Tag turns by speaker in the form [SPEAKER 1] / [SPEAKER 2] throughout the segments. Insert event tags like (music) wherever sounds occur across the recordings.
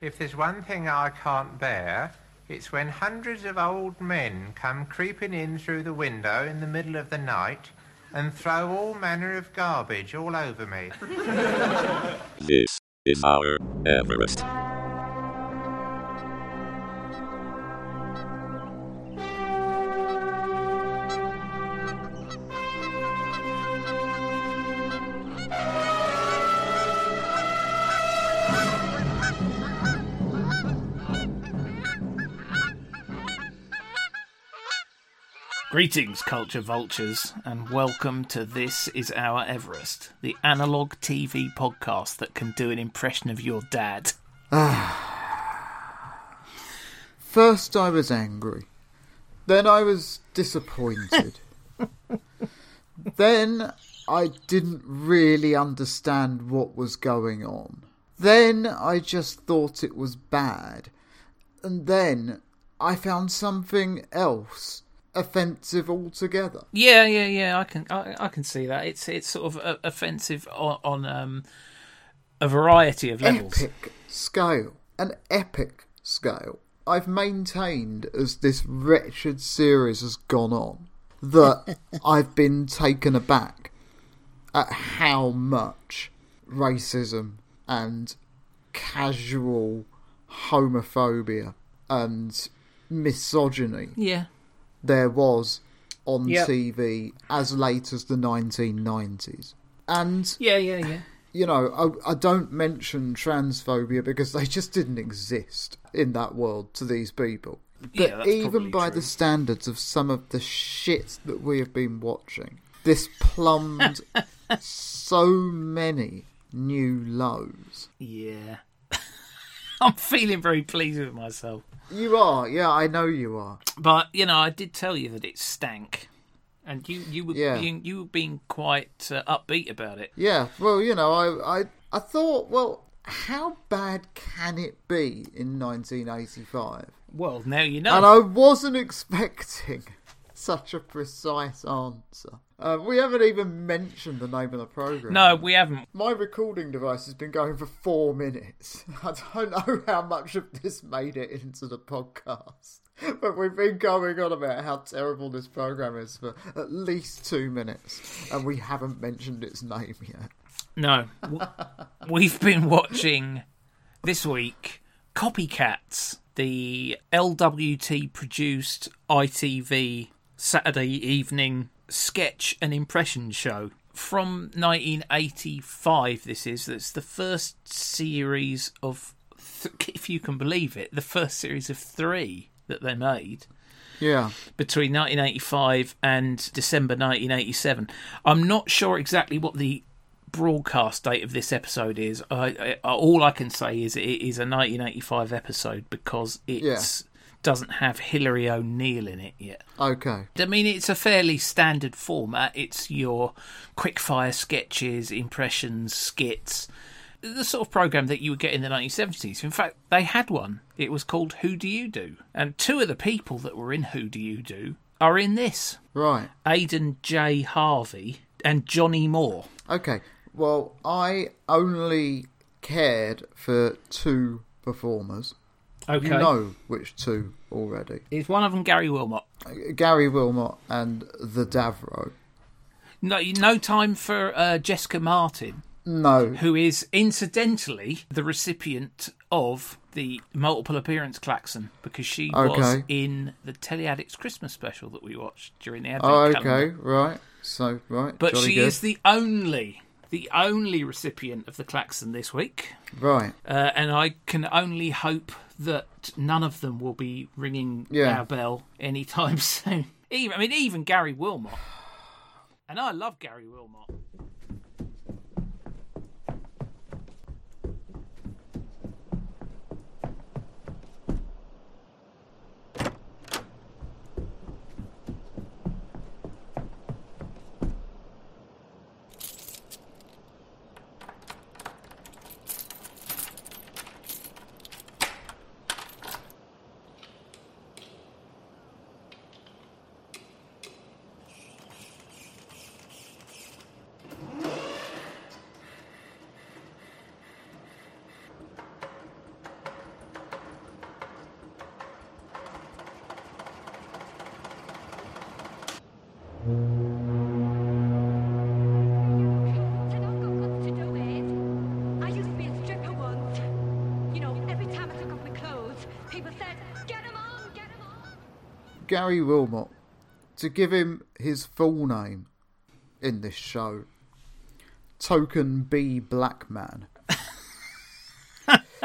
[SPEAKER 1] If there's one thing I can't bear, it's when hundreds of old men come creeping in through the window in the middle of the night and throw all manner of garbage all over me.
[SPEAKER 2] This is our Everest.
[SPEAKER 3] Greetings, culture vultures, and welcome to This Is Our Everest, the analogue TV podcast that can do an impression of your dad.
[SPEAKER 4] First, I was angry. Then, I was disappointed. then, I didn't really understand what was going on. Then, I just thought it was bad. And then, I found something else offensive altogether.
[SPEAKER 3] Yeah, yeah, yeah. I can, I, I can see that. It's, it's sort of uh, offensive on, on um, a variety of levels.
[SPEAKER 4] Epic scale. An epic scale. I've maintained as this wretched series has gone on that I've been taken aback at how much racism and casual homophobia and misogyny
[SPEAKER 3] Yeah,
[SPEAKER 4] there was on
[SPEAKER 3] Yep.
[SPEAKER 4] TV as late as the 1990s. And
[SPEAKER 3] yeah, yeah, yeah.
[SPEAKER 4] you know, I, I don't mention transphobia because they just didn't exist in that world to these people.
[SPEAKER 3] Yeah,
[SPEAKER 4] But
[SPEAKER 3] that's probably
[SPEAKER 4] even by
[SPEAKER 3] true.
[SPEAKER 4] the standards of some of the shit that we have been watching, this
[SPEAKER 3] (laughs)
[SPEAKER 4] plumbed so many new lows.
[SPEAKER 3] Yeah. (laughs) I'm feeling very pleased with myself.
[SPEAKER 4] You are, yeah, I know you are.
[SPEAKER 3] But you know, I did tell you that it stank, and you you were
[SPEAKER 4] Yeah.
[SPEAKER 3] being you were being quite uh, upbeat about it.
[SPEAKER 4] Yeah, well, you know, I, I, I thought, well, how bad can it be in 1985?
[SPEAKER 3] Well, now you
[SPEAKER 4] And
[SPEAKER 3] know.
[SPEAKER 4] I wasn't expecting (laughs) such a precise answer. Uh, we haven't even mentioned the name of the program.
[SPEAKER 3] No, we haven't.
[SPEAKER 4] My recording device has been going for four minutes. (laughs) I don't know how much of this made it into the podcast. (laughs) But we've been going on about how terrible this program is for at least two minutes, and we haven't mentioned its name yet.
[SPEAKER 3] No, W- (laughs) we've been watching this week Copycats, the LWT produced ITV Saturday evening sketch and impression show from 1985. This is that's the first series of, th- if you can believe it, the first series of three that they made
[SPEAKER 4] Yeah,
[SPEAKER 3] between 1985 and December 1987. I'm not sure exactly what the broadcast date of this episode is. I, I, all I can say is it is a 1985 episode because it doesn't have Hillary O'Neill in it yet.
[SPEAKER 4] okay.
[SPEAKER 3] I mean, it's a fairly standard format. It's your quickfire sketches, impressions, skits, the sort of program that you would get in the 1970s. In fact, they had one. It was called Who Do You Do? And two of the people that were in Who Do You Do are in this
[SPEAKER 4] Right.
[SPEAKER 3] Aidan J. Harvey and Johnny Moore.
[SPEAKER 4] Okay. Well, I only cared for two performers.
[SPEAKER 3] Okay.
[SPEAKER 4] You know which two already.
[SPEAKER 3] Is one of them Gary Wilmot?
[SPEAKER 4] Gary Wilmot and the Davro.
[SPEAKER 3] No, no time for uh, Jessica Martin.
[SPEAKER 4] No.
[SPEAKER 3] who is incidentally the recipient of the multiple appearance klaxon because she was
[SPEAKER 4] Okay.
[SPEAKER 3] in the Teleaddicts Christmas special that we watched during the advent
[SPEAKER 4] Oh, okay.
[SPEAKER 3] calendar.
[SPEAKER 4] Right. So, right.
[SPEAKER 3] But
[SPEAKER 4] Jolly
[SPEAKER 3] she
[SPEAKER 4] good.
[SPEAKER 3] is the only, the only recipient of the klaxon this week,
[SPEAKER 4] Right.
[SPEAKER 3] uh, and I can only hope that none of them will be ringing
[SPEAKER 4] Yeah.
[SPEAKER 3] our bell anytime (laughs) soon. Even, I mean, even Gary Wilmot, and I love Gary Wilmot.
[SPEAKER 5] I don't got much to do with. I used to be a stripper once. You know, every time I took off my clothes, people said, "Get 'em on, get 'em on."
[SPEAKER 4] Gary Wilmot to give him his full name in this show. Token B Blackman.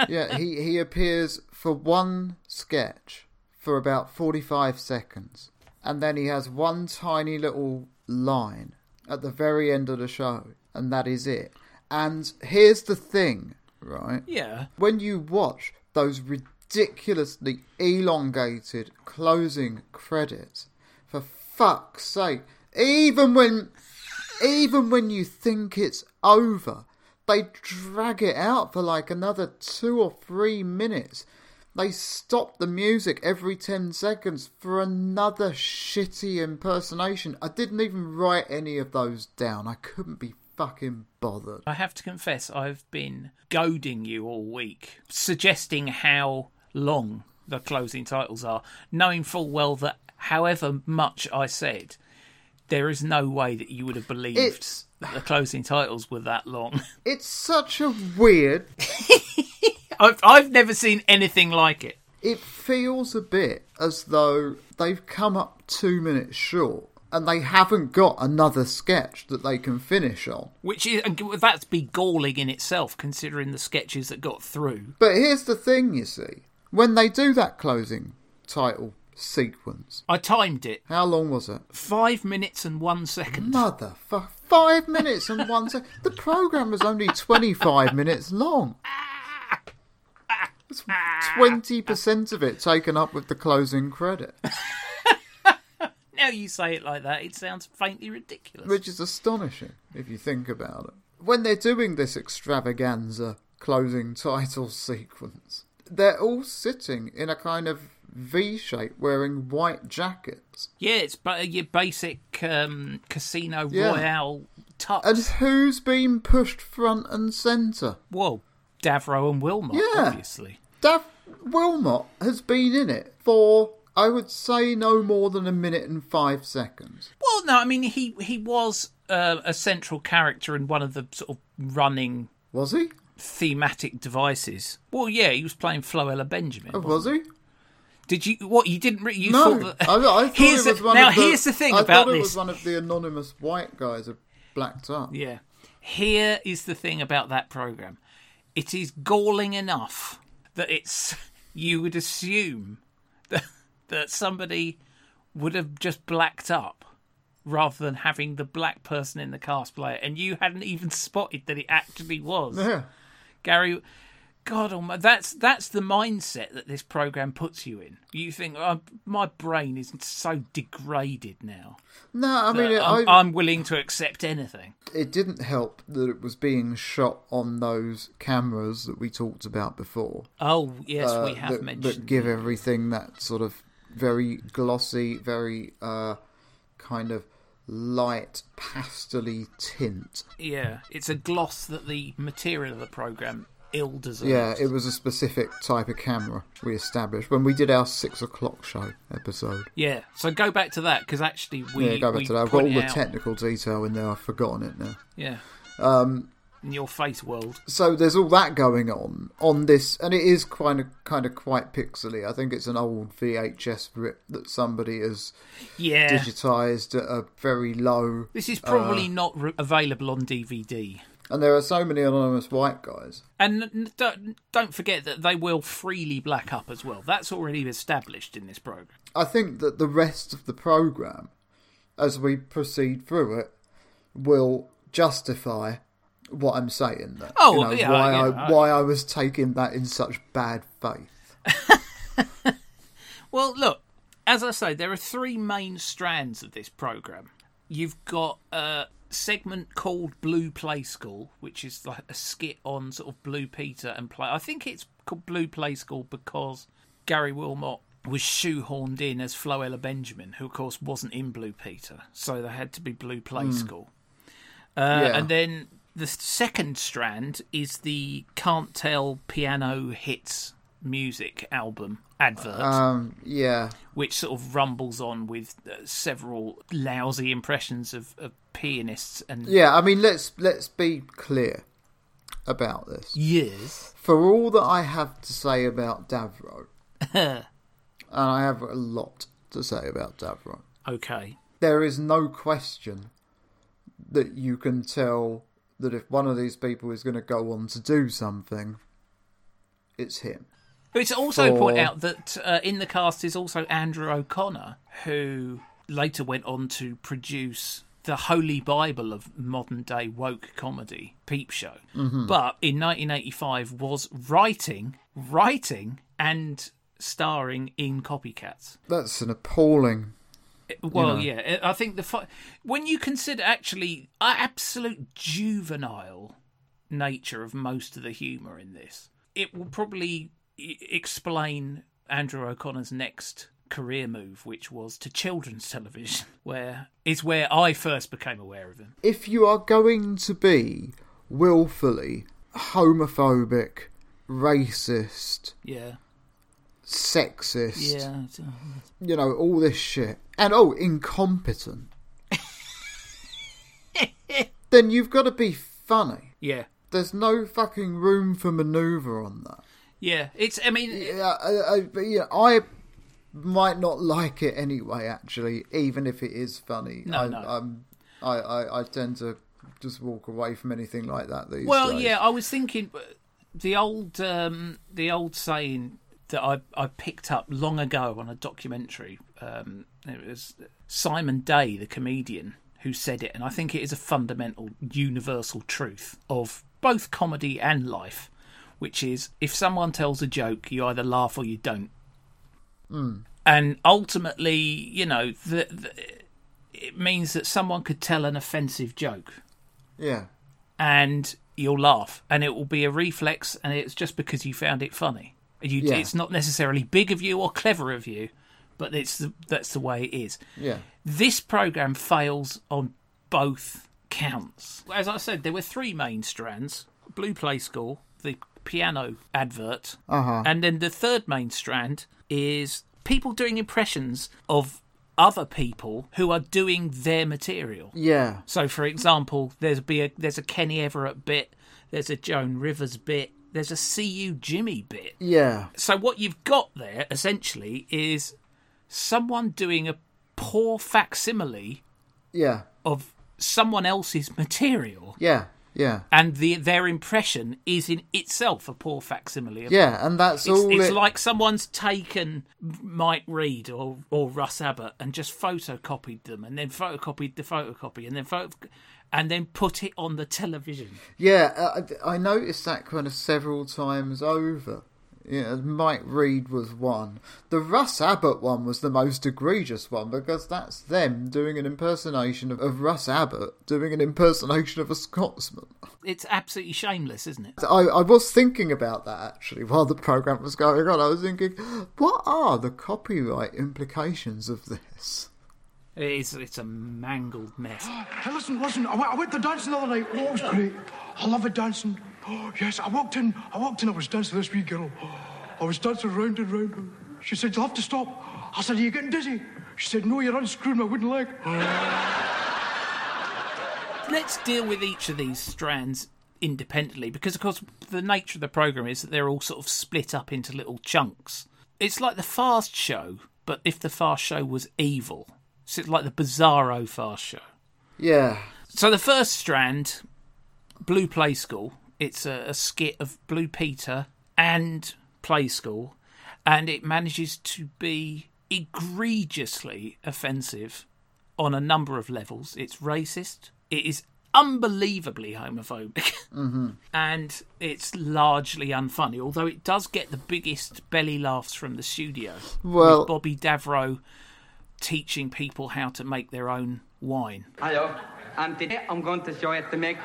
[SPEAKER 4] yeah, he, he appears for one sketch for about 45 seconds. And then he has one tiny little line at the very end of the show. And that is it. And here's the thing, right?
[SPEAKER 3] Yeah.
[SPEAKER 4] when you watch those ridiculously elongated closing credits, for fuck's sake, even when, even when you think it's over, they drag it out for like another two or three minutes. They stop the music every 10 seconds for another shitty impersonation. I didn't even write any of those down. I couldn't be fucking bothered.
[SPEAKER 3] I have to confess, I've been goading you all week, suggesting how long the closing titles are, knowing full well that however much I said, there is no way that you would have believed
[SPEAKER 4] It's-
[SPEAKER 3] that the closing titles were that long. (laughs)
[SPEAKER 4] It's such a weird
[SPEAKER 3] I've, I've never seen anything like it.
[SPEAKER 4] it feels a bit as though they've come up two minutes short and they haven't got another sketch that they can finish on.
[SPEAKER 3] Which is and that's begalling in itself, considering the sketches that got through.
[SPEAKER 4] But here's the thing you see when they do that closing title sequence,
[SPEAKER 3] I timed it
[SPEAKER 4] how long was it?
[SPEAKER 3] five minutes and one second.
[SPEAKER 4] Motherfuck. Five minutes and one second. The program was only 25 minutes long. It's 20% of it taken up with the closing credit,
[SPEAKER 3] Now you say it like that, it sounds faintly ridiculous.
[SPEAKER 4] which is astonishing if you think about it. When they're doing this extravaganza closing title (laughs) sequence, they're all sitting in a kind of V shape wearing white jackets.
[SPEAKER 3] Yeah, it's ba- your basic um, casino
[SPEAKER 4] Yeah.
[SPEAKER 3] royale tux.
[SPEAKER 4] And who's been pushed front and centre?
[SPEAKER 3] well, Davro and Wilmot,
[SPEAKER 4] Yeah.
[SPEAKER 3] obviously.
[SPEAKER 4] Dav Wilmot has been in it for, I would say, no more than a minute and five seconds.
[SPEAKER 3] Well, no, I mean he he was uh, a central character and one of the sort of running
[SPEAKER 4] Was he?
[SPEAKER 3] thematic devices. Well, yeah, he was playing Floella Benjamin.
[SPEAKER 4] Oh, was he?
[SPEAKER 3] Did you what you didn't re- you
[SPEAKER 4] No.
[SPEAKER 3] thought that (laughs)
[SPEAKER 4] I, I thought
[SPEAKER 3] here's
[SPEAKER 4] it was
[SPEAKER 3] the-
[SPEAKER 4] one
[SPEAKER 3] now
[SPEAKER 4] of the,
[SPEAKER 3] here's the thing
[SPEAKER 4] I
[SPEAKER 3] about
[SPEAKER 4] thought it
[SPEAKER 3] this.
[SPEAKER 4] was one of the anonymous white guys who blacked up.
[SPEAKER 3] Yeah. Here is the thing about that program. It is galling enough that it's (laughs) you would assume that that somebody would have just blacked up rather than having the black person in the cast play it, and you hadn't even (laughs) spotted that it actually was.
[SPEAKER 4] Yeah.
[SPEAKER 3] Gary God almighty, that's that's the mindset that this program puts you in. You think oh, my brain is so degraded now.
[SPEAKER 4] No, I mean, it,
[SPEAKER 3] that Uh, I'm,
[SPEAKER 4] I,
[SPEAKER 3] I'm willing to accept anything.
[SPEAKER 4] it didn't help that it was being shot on those cameras that we talked about before.
[SPEAKER 3] Oh yes,
[SPEAKER 4] uh,
[SPEAKER 3] we have
[SPEAKER 4] that,
[SPEAKER 3] mentioned.
[SPEAKER 4] that give everything that sort of very glossy, very uh, kind of light pastely tint.
[SPEAKER 3] Yeah, it's a gloss that the material of the program ill deserves.
[SPEAKER 4] Yeah, it was a specific type of camera we established when we did our six o'clock show episode.
[SPEAKER 3] Yeah, So go back to that because actually we
[SPEAKER 4] yeah, go back
[SPEAKER 3] we
[SPEAKER 4] to that. I've got
[SPEAKER 3] put
[SPEAKER 4] all the
[SPEAKER 3] it out.
[SPEAKER 4] technical detail in there. I've forgotten it now.
[SPEAKER 3] Yeah. Um, in your face world.
[SPEAKER 4] So there's all that going on on this, and it is kind of kind of quite pixely. I think it's an old VHS rip that somebody has
[SPEAKER 3] Yeah.
[SPEAKER 4] digitized at a very low
[SPEAKER 3] This is probably
[SPEAKER 4] uh,
[SPEAKER 3] not re- available on DVD.
[SPEAKER 4] And there are so many anonymous white guys.
[SPEAKER 3] And n- n- don't, don't forget that they will freely black up as well. That's already established in this program.
[SPEAKER 4] I think that the rest of the program, as we proceed through it, will justify what I'm saying. There.
[SPEAKER 3] Oh,
[SPEAKER 4] You know,
[SPEAKER 3] yeah,
[SPEAKER 4] why
[SPEAKER 3] yeah,
[SPEAKER 4] I
[SPEAKER 3] I-
[SPEAKER 4] why I was taking that in such bad faith.
[SPEAKER 3] Well, look, as I say, there are three main strands of this program. You've got a segment called Blue Play School, which is like a skit on sort of Blue Peter and Play. I think it's called Blue Play School because Gary Wilmot was shoehorned in as Floella Benjamin, who of course wasn't in Blue Peter, so there had to be Blue Play School. Uh,
[SPEAKER 4] Yeah.
[SPEAKER 3] And then the second strand is the Can't Tell Piano Hits music album advert,
[SPEAKER 4] Um, yeah.
[SPEAKER 3] which sort of rumbles on with uh, several lousy impressions of, of pianists and
[SPEAKER 4] Yeah, I mean let's let's be clear about this.
[SPEAKER 3] years.
[SPEAKER 4] For all that I have to say about Davro, and I have a lot to say about Davro,
[SPEAKER 3] Okay.
[SPEAKER 4] there is no question that you can tell that if one of these people is going to go on to do something, it's him.
[SPEAKER 3] It's also point
[SPEAKER 4] For-
[SPEAKER 3] out that uh, in the cast is also Andrew O'Connor, who later went on to produce the holy bible of modern day woke comedy, Peep Show.
[SPEAKER 4] Mm-hmm.
[SPEAKER 3] But in 1985 was writing, writing, and starring in Copycats.
[SPEAKER 4] That's an appalling.
[SPEAKER 3] Well, yeah, I I think the fi- when you consider actually a absolute juvenile nature of most of the humour in this, it will probably e- explain Andrew O'Connor's next career move, which was to children's television, (laughs) where is where I first became aware of him.
[SPEAKER 4] If you are going to be willfully homophobic, racist,
[SPEAKER 3] Yeah,
[SPEAKER 4] sexist,
[SPEAKER 3] yeah, it's, uh,
[SPEAKER 4] you know, all this shit, and
[SPEAKER 3] (laughs)
[SPEAKER 4] oh, incompetent, then you've got to be funny.
[SPEAKER 3] yeah,
[SPEAKER 4] There's no fucking room for maneuver on that.
[SPEAKER 3] yeah. It's I mean,
[SPEAKER 4] Yeah, I, I, but, yeah, I might not like it anyway. Actually, even if it is funny,
[SPEAKER 3] No,
[SPEAKER 4] I,
[SPEAKER 3] no.
[SPEAKER 4] I'm, I, I, I tend to just walk away from anything like that these
[SPEAKER 3] Well,
[SPEAKER 4] days.
[SPEAKER 3] yeah, I was thinking uh, the old um, the old saying that I, I picked up long ago on a documentary. Um, it was Simon Day, the comedian, who said it, and I think it is a fundamental universal truth of both comedy and life, which is if someone tells a joke, you either laugh or you don't.
[SPEAKER 4] Hmm.
[SPEAKER 3] And ultimately, you know, the, the, it means that someone could tell an offensive joke
[SPEAKER 4] yeah,
[SPEAKER 3] and you'll laugh and it will be a reflex and it's just because you found it funny you,
[SPEAKER 4] Yeah.
[SPEAKER 3] it's not necessarily big of you or clever of you but it's the, that's the way it is
[SPEAKER 4] yeah,
[SPEAKER 3] this program fails on both counts as i said there were three main strands blue play school the piano advert
[SPEAKER 4] Uh-huh.
[SPEAKER 3] and then the third main strand is people doing impressions of other people who are doing their material
[SPEAKER 4] yeah,
[SPEAKER 3] so, for example, there's be a there's a Kenny Everett bit, there's a Joan Rivers bit, there's a CU Jimmy bit.
[SPEAKER 4] yeah,
[SPEAKER 3] So what you've got there essentially is someone doing a poor facsimile
[SPEAKER 4] yeah,
[SPEAKER 3] of someone else's (laughs) material,
[SPEAKER 4] yeah, yeah,
[SPEAKER 3] and the their impression is in itself a poor facsimile. Of
[SPEAKER 4] yeah, and that's
[SPEAKER 3] It's,
[SPEAKER 4] all.
[SPEAKER 3] it's
[SPEAKER 4] it-
[SPEAKER 3] like someone's taken Mike Reed or, or Russ Abbott and just photocopied them, and then photocopied the photocopy, and then photo, and then put it on the television.
[SPEAKER 4] Yeah, uh, I, I noticed that kind of several times over. Yeah, Mike Reed was one. The Russ Abbott one was the most egregious one because that's them doing an impersonation of, of Russ Abbott doing an impersonation of a Scotsman.
[SPEAKER 3] It's absolutely shameless, isn't it?
[SPEAKER 4] I, I was thinking about that actually while the program was going on. I was thinking, what are the copyright implications of this?
[SPEAKER 3] It is, it's a mangled mess.
[SPEAKER 6] Hey, listen, listen. I went, I went to dancing the other night. Oh, it was great. I love it dancing. Oh, yes, I walked in. I walked in. I was dancing with this wee girl. I was dancing round and round. She said, "You'll have to stop." I said, "Are you getting dizzy?" She said, "No, you're unscrewing my wooden leg."
[SPEAKER 3] (gasps) Let's deal with each of these strands independently because, of course, the nature of the program is that they're all sort of split up into little chunks. It's like the Fast Show, but if the Fast Show was evil, so it's like the Bizarro Fast Show.
[SPEAKER 4] Yeah,
[SPEAKER 3] So the first strand, Blue Play School. It's a, a skit of Blue Peter and Play School, and it manages to be egregiously offensive on a number of levels. It's racist. It is unbelievably homophobic, (laughs) and it's largely unfunny. Although it does get the biggest belly laughs from the studio.
[SPEAKER 4] Well-
[SPEAKER 3] with Bobby Davro teaching people how to make their own wine.
[SPEAKER 7] Hello. Um, today I'm going to show you how to make.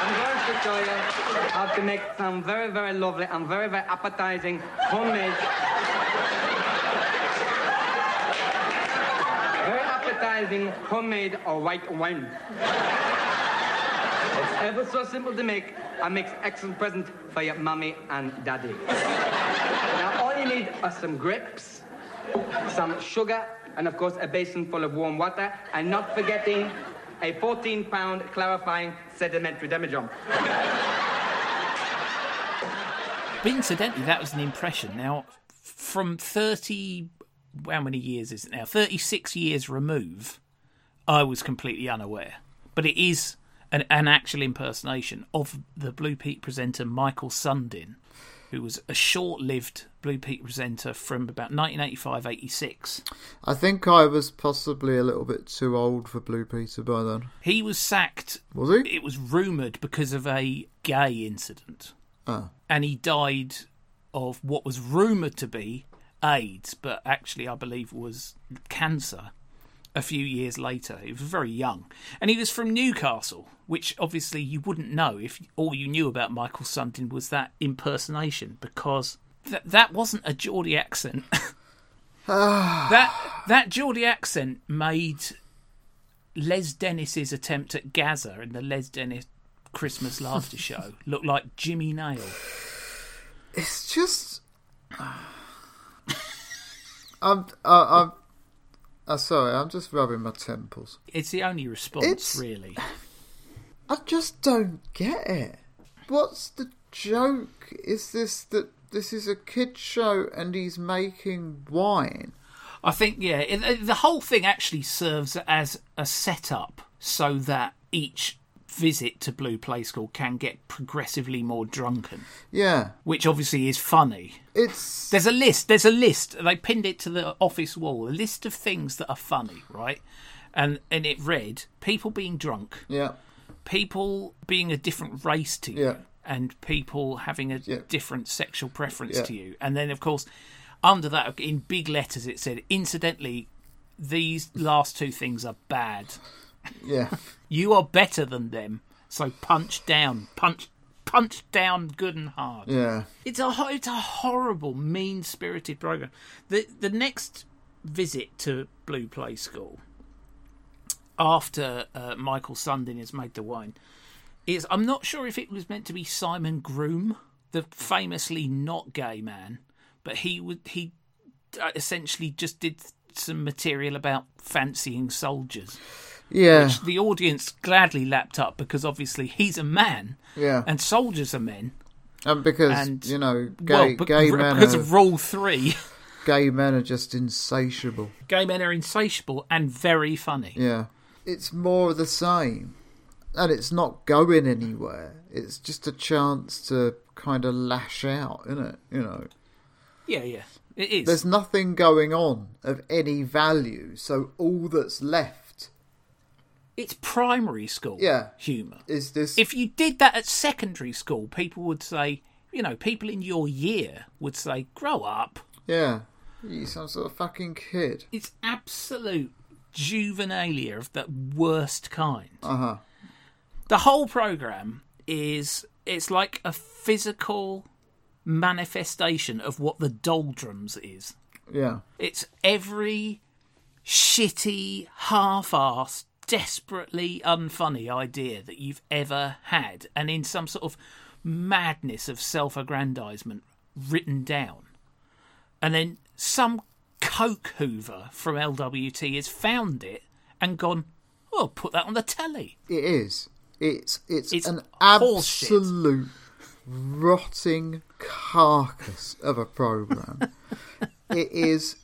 [SPEAKER 7] I'm going to show you how to make some very, very lovely and very, very appetizing homemade. very appetizing homemade or white wine. It's ever so simple to make and makes excellent present for your mummy and daddy. now, all you need are some grapes, some sugar, and of course, a basin full of warm water, and not forgetting a 14 pound clarifying sedimentary demijohn.
[SPEAKER 3] But incidentally, that was an impression. Now, from 30, how many years is it now? 36 years remove, I was completely unaware. But it is an, an actual impersonation of the Blue Peak presenter Michael Sundin, who was a short lived Blue Peak presenter from about 1985 86.
[SPEAKER 4] I think I was possibly a little bit too old for Blue Peter by then.
[SPEAKER 3] He was sacked
[SPEAKER 4] Was he?
[SPEAKER 3] it was rumoured because of a gay incident.
[SPEAKER 4] Oh.
[SPEAKER 3] And he died of what was rumoured to be AIDS, but actually, I believe, was cancer a few years later. He was very young. And he was from Newcastle, which obviously you wouldn't know if all you knew about Michael Sundin was that impersonation, because th- that wasn't a Geordie accent. (laughs)
[SPEAKER 4] Ah.
[SPEAKER 3] that that Geordie accent made Les Dennis's attempt at Gaza in the Les Dennis Christmas Laughter Show look like Jimmy Nail.
[SPEAKER 4] It's just. (sighs) I'm. I, I'm. Uh, sorry, I'm just rubbing my temples.
[SPEAKER 3] It's the only response,
[SPEAKER 4] It's-
[SPEAKER 3] really.
[SPEAKER 4] I just don't get it. What's the joke? Is this that this is a kid show and he's making wine?
[SPEAKER 3] I think, yeah, it, the whole thing actually serves as a setup so that each visit to Blue Play School can get progressively more drunken,
[SPEAKER 4] Yeah,
[SPEAKER 3] which obviously is funny.
[SPEAKER 4] it's
[SPEAKER 3] There's a list. There's a list. They pinned it to the office wall. A list of things that are funny, right? And and it read people being drunk,
[SPEAKER 4] yeah,
[SPEAKER 3] people being a different race to you
[SPEAKER 4] Yeah.
[SPEAKER 3] and people having a
[SPEAKER 4] Yeah.
[SPEAKER 3] different sexual preference
[SPEAKER 4] Yeah.
[SPEAKER 3] to you. And then, of course, under that, in big letters, it said, incidentally, these last two things are bad.
[SPEAKER 4] yeah.
[SPEAKER 3] You are better than them. So punch down, punch, punch down good and hard.
[SPEAKER 4] Yeah.
[SPEAKER 3] It's a ho- it's a horrible, mean spirited program. The the next visit to Blue Play School after uh, Michael Sundin has made the wine is I'm not sure if it was meant to be Simon Groom, the famously not gay man, but he would he uh, essentially just did some material about fancying soldiers.
[SPEAKER 4] Yeah.
[SPEAKER 3] The audience gladly lapped up because obviously he's a man
[SPEAKER 4] yeah. And,
[SPEAKER 3] and soldiers are men.
[SPEAKER 4] because
[SPEAKER 3] and-
[SPEAKER 4] you know, gay
[SPEAKER 3] well, but,
[SPEAKER 4] gay
[SPEAKER 3] r-
[SPEAKER 4] men
[SPEAKER 3] because
[SPEAKER 4] are,
[SPEAKER 3] of Rule Three. (laughs)
[SPEAKER 4] gay men are just insatiable.
[SPEAKER 3] gay men are insatiable and very funny.
[SPEAKER 4] Yeah. It's more of the same. And it's not going anywhere. It's just a chance to kind of lash out, isn't it? You know.
[SPEAKER 3] Yeah, yeah. It is.
[SPEAKER 4] There's nothing going on of any value, so all that's left
[SPEAKER 3] It's primary school
[SPEAKER 4] Yeah.
[SPEAKER 3] humour.
[SPEAKER 4] is this
[SPEAKER 3] If you did that at secondary school, people would say, you know, people in your year would say, grow up.
[SPEAKER 4] Yeah. You some sort of fucking kid.
[SPEAKER 3] It's absolute juvenilia of the worst kind.
[SPEAKER 4] Uh huh.
[SPEAKER 3] The whole program is it's like a physical manifestation of what the doldrums is.
[SPEAKER 4] Yeah.
[SPEAKER 3] It's every shitty, half-assed, desperately unfunny idea that you've ever had, and in some sort of madness of self-aggrandizement, written down. And then some coke hoover from LWT has found it and gone, "Oh, put that on the telly."
[SPEAKER 4] It is. It's it's,
[SPEAKER 3] It's
[SPEAKER 4] an
[SPEAKER 3] horseshit.
[SPEAKER 4] absolute rotting carcass of a program. it is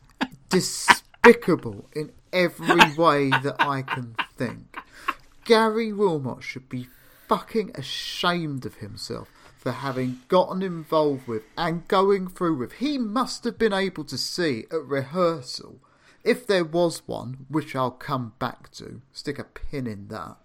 [SPEAKER 4] despicable in every way that I can think. Gary Wilmot should be fucking ashamed of himself for having gotten involved with and going through with. He must have been able to see at rehearsal, if there was one, which I'll come back to, stick a pin in that.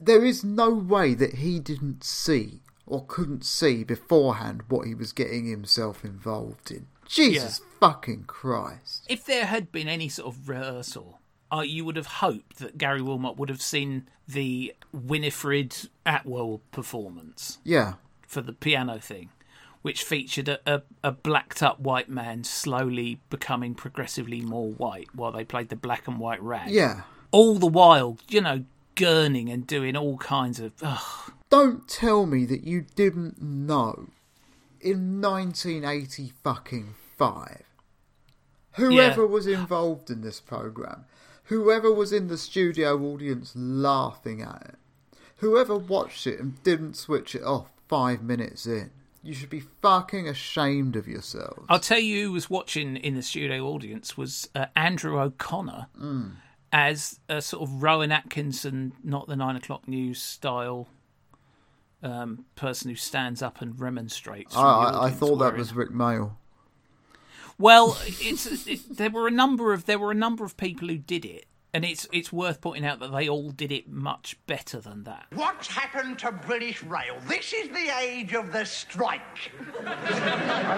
[SPEAKER 4] there is no way that he didn't see or couldn't see beforehand what he was getting himself involved in. Jesus fucking Christ.
[SPEAKER 3] If there had been any sort of rehearsal, uh, you would have hoped that Gary Wilmot would have seen the Winifred Atwell performance.
[SPEAKER 4] Yeah.
[SPEAKER 3] for the piano thing, which featured a, a, a blacked up white man slowly becoming progressively more white while they played the black and white rag.
[SPEAKER 4] Yeah.
[SPEAKER 3] All the while, you know, gurning and doing all kinds of. Ugh.
[SPEAKER 4] Don't tell me that you didn't know in 1980 fucking 5 whoever
[SPEAKER 3] Yeah.
[SPEAKER 4] was involved in this program whoever was in the studio audience laughing at it whoever watched it and didn't switch it off 5 minutes in you should be fucking ashamed of yourselves
[SPEAKER 3] I'll tell you who was watching in the studio audience was uh, Andrew O'Connor
[SPEAKER 4] Mm.
[SPEAKER 3] as a sort of Rowan Atkinson, not the nine o'clock news style um, person who stands up and remonstrates.
[SPEAKER 4] I,
[SPEAKER 3] from the
[SPEAKER 4] I, I
[SPEAKER 3] audience,
[SPEAKER 4] thought that
[SPEAKER 3] whereas-
[SPEAKER 4] was Rick Mail
[SPEAKER 3] Well, it's it, there were a number of there were a number of people who did it, and it's it's worth pointing out that they all did it much better than that.
[SPEAKER 8] What's happened to British Rail? This is the age of the strike. and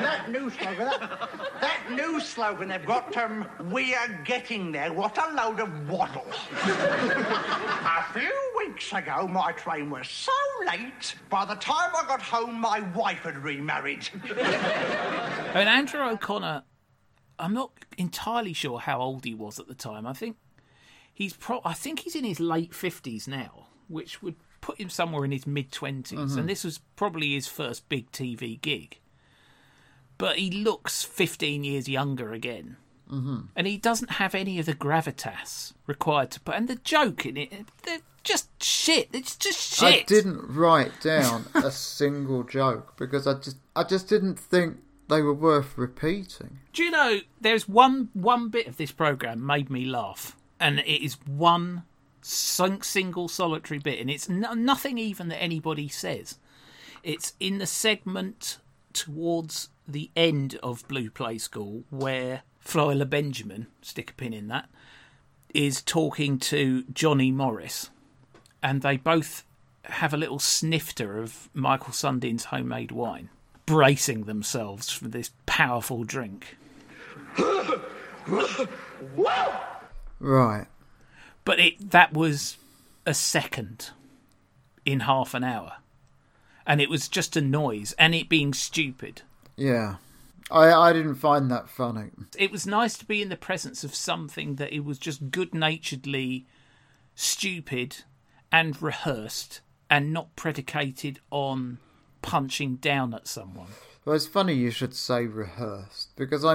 [SPEAKER 8] that new slogan, that, that new slogan they've got, um, we are getting there. What a load of waddle. a few weeks ago, my train was so late, by the time I got home, my wife had remarried.
[SPEAKER 3] I mean, Andrew O'Connor, I'm not entirely sure how old he was at the time. I think he's pro- I think he's in his late fifties now, which would put him somewhere in his mid 20s and this was probably his first big TV gig. But he looks 15 years younger again. Mm-hmm. And he doesn't have any of the gravitas required to put. And the joke in it, they're just shit. It's just shit.
[SPEAKER 4] I didn't write
[SPEAKER 3] (laughs)
[SPEAKER 4] down a single joke because I just I just didn't think they were worth repeating.
[SPEAKER 3] Do you know there's one one bit of this program made me laugh, and it is one sunk single solitary bit, and it's no, nothing even that anybody says. It's in the segment towards the end of Blue Play School where Floyla Benjamin, stick a pin in that, is talking to Johnny Morris, and they both have a little snifter of Michael Sundin's homemade wine, bracing themselves for this powerful drink.
[SPEAKER 4] Right.
[SPEAKER 3] but it that was a second in half an hour and it was just a noise and it being stupid
[SPEAKER 4] Yeah. I I didn't find that funny.
[SPEAKER 3] it was nice to be in the presence of something that it was just good-naturedly stupid and rehearsed and not predicated on punching down at someone
[SPEAKER 4] Well, it's funny you should say rehearsed because I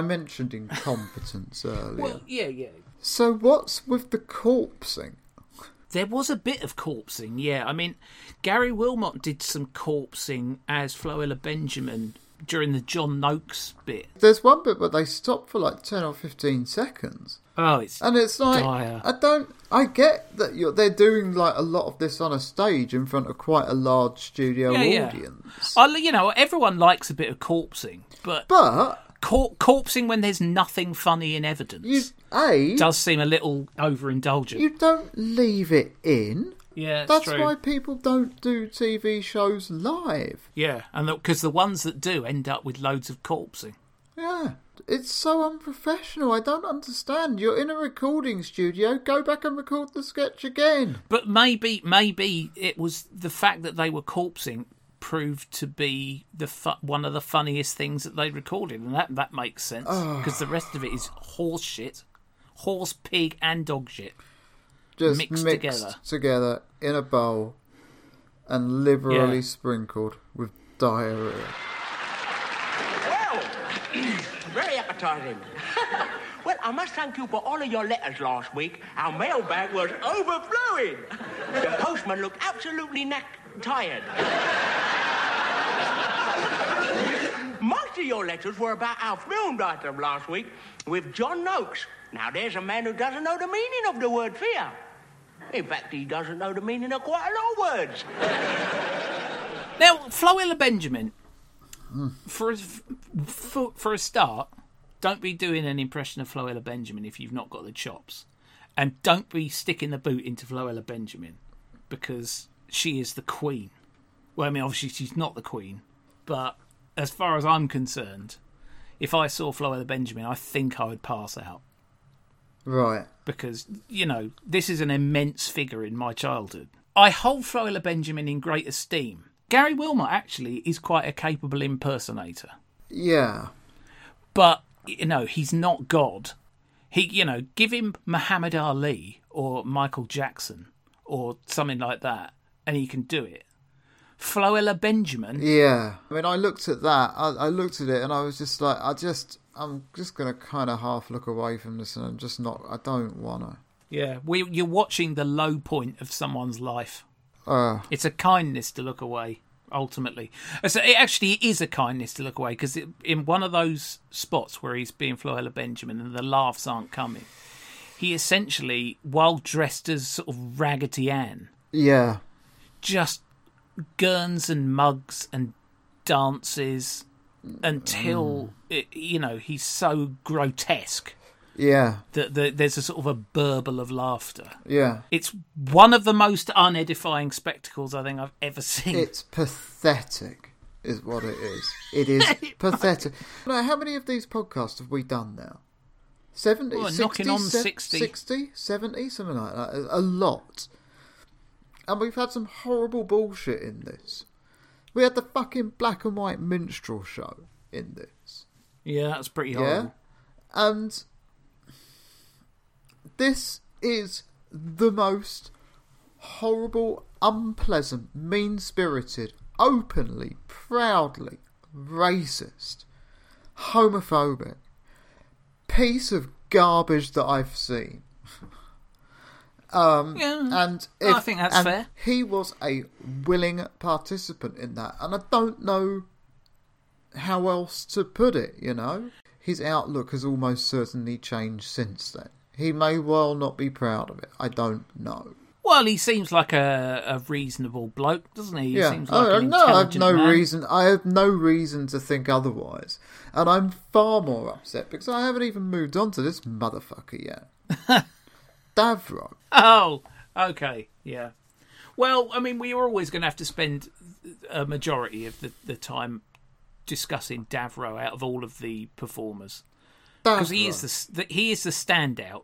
[SPEAKER 3] (laughs)
[SPEAKER 4] mentioned incompetence earlier.
[SPEAKER 3] yeah yeah
[SPEAKER 4] so what's with the corpsing?
[SPEAKER 3] There was a bit of corpsing, yeah. I mean, Gary Wilmot did some corpsing as Floella Benjamin during the John Noakes bit.
[SPEAKER 4] There's one bit where they stop for like ten or fifteen seconds,
[SPEAKER 3] Oh, it's
[SPEAKER 4] and it's like
[SPEAKER 3] Dire.
[SPEAKER 4] I don't. I get that you're, they're doing like a lot of this on a stage in front of quite a large studio
[SPEAKER 3] Yeah, yeah.
[SPEAKER 4] audience,
[SPEAKER 3] I, you know, everyone likes a bit of corpsing, but
[SPEAKER 4] but
[SPEAKER 3] cor- corpsing when there's nothing funny in evidence
[SPEAKER 4] you a
[SPEAKER 3] does seem a little overindulgent.
[SPEAKER 4] you don't leave it in.
[SPEAKER 3] yeah, it's
[SPEAKER 4] That's
[SPEAKER 3] true.
[SPEAKER 4] why people don't do TV shows live.
[SPEAKER 3] Yeah, and because the ones that do end up with loads of corpsing.
[SPEAKER 4] Yeah. It's so unprofessional. I don't understand. You're in a recording studio. Go back and record the sketch again.
[SPEAKER 3] But maybe, maybe it was the fact that they were corpsing proved to be the fu- one of the funniest things that they recorded, and that that makes
[SPEAKER 4] (sighs)
[SPEAKER 3] sense because the rest of it is horse shit, horse, pig, and dog shit.
[SPEAKER 4] Just
[SPEAKER 3] Mixed
[SPEAKER 4] mixed,
[SPEAKER 3] together.
[SPEAKER 4] together. in a bowl and liberally
[SPEAKER 3] Yeah.
[SPEAKER 4] sprinkled with diarrhea.
[SPEAKER 8] Well, (clears throat) very appetizing. (laughs) well, I must thank you for all of your letters last week. Our mailbag was overflowing. The postman looked absolutely knack- tired. (laughs) Most of your letters were about our filmed item last week with John Noakes. Now, there's a man who doesn't know the meaning of the word fear. In fact, he doesn't know the meaning of quite a lot of words.
[SPEAKER 3] Now, Floella Benjamin, for, a, for for a start, don't be doing an impression of Floella Benjamin if you've not got the chops, and don't be sticking the boot into Floella Benjamin because she is the queen. Well, I mean, obviously she's not the queen, but as far as I'm concerned, if I saw Floella Benjamin, I think I would pass out
[SPEAKER 4] Right.
[SPEAKER 3] because you know this is an immense figure in my childhood. I hold Floella Benjamin in great esteem. Gary Wilmot actually is quite a capable impersonator,
[SPEAKER 4] Yeah.
[SPEAKER 3] but you know he's not God. He, you know, give him Muhammad Ali or Michael Jackson or something like that, and he can do it. Floella Benjamin.
[SPEAKER 4] Yeah. I mean, I looked at that. I, I looked at it and I was just like, I just, I'm just going to kind of half look away from this and I'm just not, I don't want to.
[SPEAKER 3] Yeah, we, you're watching the low point of someone's life.
[SPEAKER 4] Uh.
[SPEAKER 3] It's a kindness to look away, ultimately. Uh, So it actually is a kindness to look away because in one of those spots where he's being Floella Benjamin and the laughs aren't coming, he essentially, while dressed as sort of Raggedy Ann,
[SPEAKER 4] Yeah.
[SPEAKER 3] just gurns and mugs and dances until it, you know he's so grotesque
[SPEAKER 4] Yeah.
[SPEAKER 3] that the, there's a sort of a burble of laughter.
[SPEAKER 4] Yeah.
[SPEAKER 3] It's one of the most unedifying spectacles I think I've ever seen.
[SPEAKER 4] It's pathetic, is what it is.
[SPEAKER 3] (laughs)
[SPEAKER 4] It is pathetic. Now, how many of these podcasts have we done now? 70,
[SPEAKER 3] Well,
[SPEAKER 4] 60,
[SPEAKER 3] knocking on
[SPEAKER 4] se-
[SPEAKER 3] 60.
[SPEAKER 4] 60, 70, something like that. A a lot. And we've had some horrible bullshit in this. We had the fucking black and white minstrel show in this.
[SPEAKER 3] (laughs) yeah, that's pretty
[SPEAKER 4] Yeah.
[SPEAKER 3] horrible.
[SPEAKER 4] And this is the most horrible, unpleasant, mean spirited, openly, proudly racist, homophobic piece of garbage that I've seen. Um,
[SPEAKER 3] Yeah,
[SPEAKER 4] and
[SPEAKER 3] Mm. I
[SPEAKER 4] if,
[SPEAKER 3] think that's
[SPEAKER 4] and
[SPEAKER 3] fair.
[SPEAKER 4] He was a willing participant in that, and I don't know how else to put it, you know? His outlook has almost certainly changed since then. He may well not be proud of it. I don't know.
[SPEAKER 3] Well, he seems like a, a reasonable bloke, doesn't he? He
[SPEAKER 4] yeah,
[SPEAKER 3] seems
[SPEAKER 4] I
[SPEAKER 3] like
[SPEAKER 4] don't
[SPEAKER 3] an
[SPEAKER 4] know. I have
[SPEAKER 3] intelligent
[SPEAKER 4] no
[SPEAKER 3] man.
[SPEAKER 4] reason. I have no reason to think otherwise, and I'm far more upset because I haven't even moved on to this motherfucker yet.
[SPEAKER 3] (laughs)
[SPEAKER 4] Davro.
[SPEAKER 3] (laughs) Oh, okay, yeah. Well, I mean, we were always going to have to spend a majority of the, the time discussing Davro out of all of the performers because he is the, s- the he is the standout.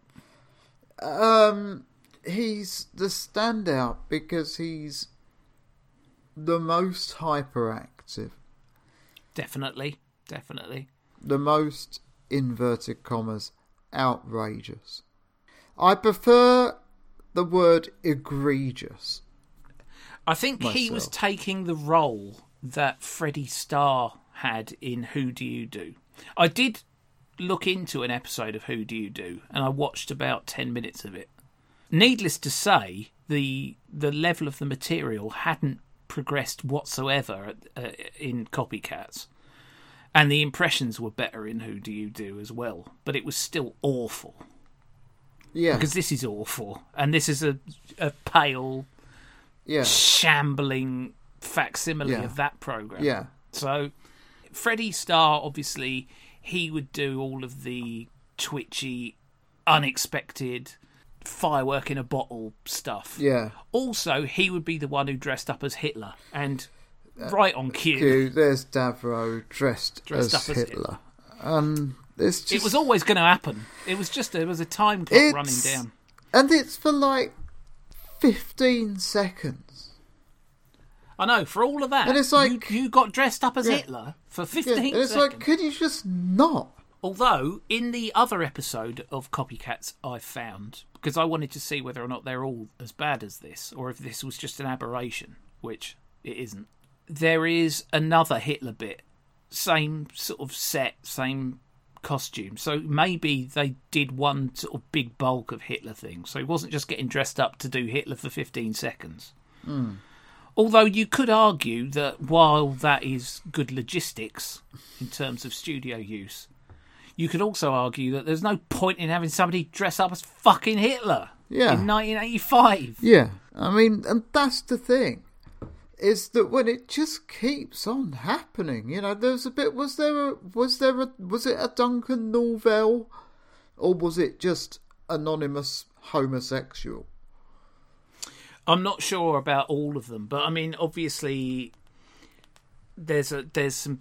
[SPEAKER 4] Um, he's the standout because he's the most hyperactive,
[SPEAKER 3] Definitely, definitely.
[SPEAKER 4] the most inverted commas outrageous. I prefer the word egregious.
[SPEAKER 3] I think he was
[SPEAKER 4] myself.
[SPEAKER 3] taking the role that Freddie Starr had in Who Do You Do. I did look into an episode of Who Do You Do, and I watched about ten minutes of it. Needless to say, the the level of the material hadn't progressed whatsoever uh, in Copycats, and the impressions were better in Who Do You Do as well. But it was still awful
[SPEAKER 4] Yeah,
[SPEAKER 3] because this is awful, and this is a a pale
[SPEAKER 4] yeah,
[SPEAKER 3] shambling facsimile
[SPEAKER 4] Yeah.
[SPEAKER 3] of that program.
[SPEAKER 4] yeah.
[SPEAKER 3] So, Freddie Starr, obviously, he would do all of the twitchy, unexpected firework in a bottle stuff.
[SPEAKER 4] Yeah.
[SPEAKER 3] Also, he would be the one who dressed up as Hitler, and right on cue,
[SPEAKER 4] Uh, Cue, there's Davro dressed,
[SPEAKER 3] Dressed
[SPEAKER 4] as
[SPEAKER 3] up as
[SPEAKER 4] Hitler. Um, it's just,
[SPEAKER 3] it was always going to happen. It was just it was a time clock
[SPEAKER 4] It's-
[SPEAKER 3] running down.
[SPEAKER 4] and it's for like fifteen seconds.
[SPEAKER 3] I know for all of that,
[SPEAKER 4] And it's like-
[SPEAKER 3] you, you got dressed up as
[SPEAKER 4] Yeah.
[SPEAKER 3] Hitler for
[SPEAKER 4] Yeah,
[SPEAKER 3] fifteen
[SPEAKER 4] and it's
[SPEAKER 3] seconds.
[SPEAKER 4] like, could you just not?
[SPEAKER 3] Although, in the other episode of Copycats, I found, because I wanted to see whether or not they're all as bad as this, or if this was just an aberration, which it isn't, there is another Hitler bit. Same sort of set, same costume. So maybe they did one sort of big bulk of Hitler thing. So he wasn't just getting dressed up to do Hitler for 15 seconds. Although you could argue that while that is good logistics in terms of studio use, you could also argue that there's no point in having somebody dress up as fucking Hitler
[SPEAKER 4] Yeah.
[SPEAKER 3] in 1985.
[SPEAKER 4] Yeah, I mean, and that's the thing, is that when it just keeps on happening, you know, there's a bit. Was there a was there a was it a Duncan Norvell, or was it just anonymous homosexual?
[SPEAKER 3] I'm not sure about all of them, but I mean, obviously, there's a there's some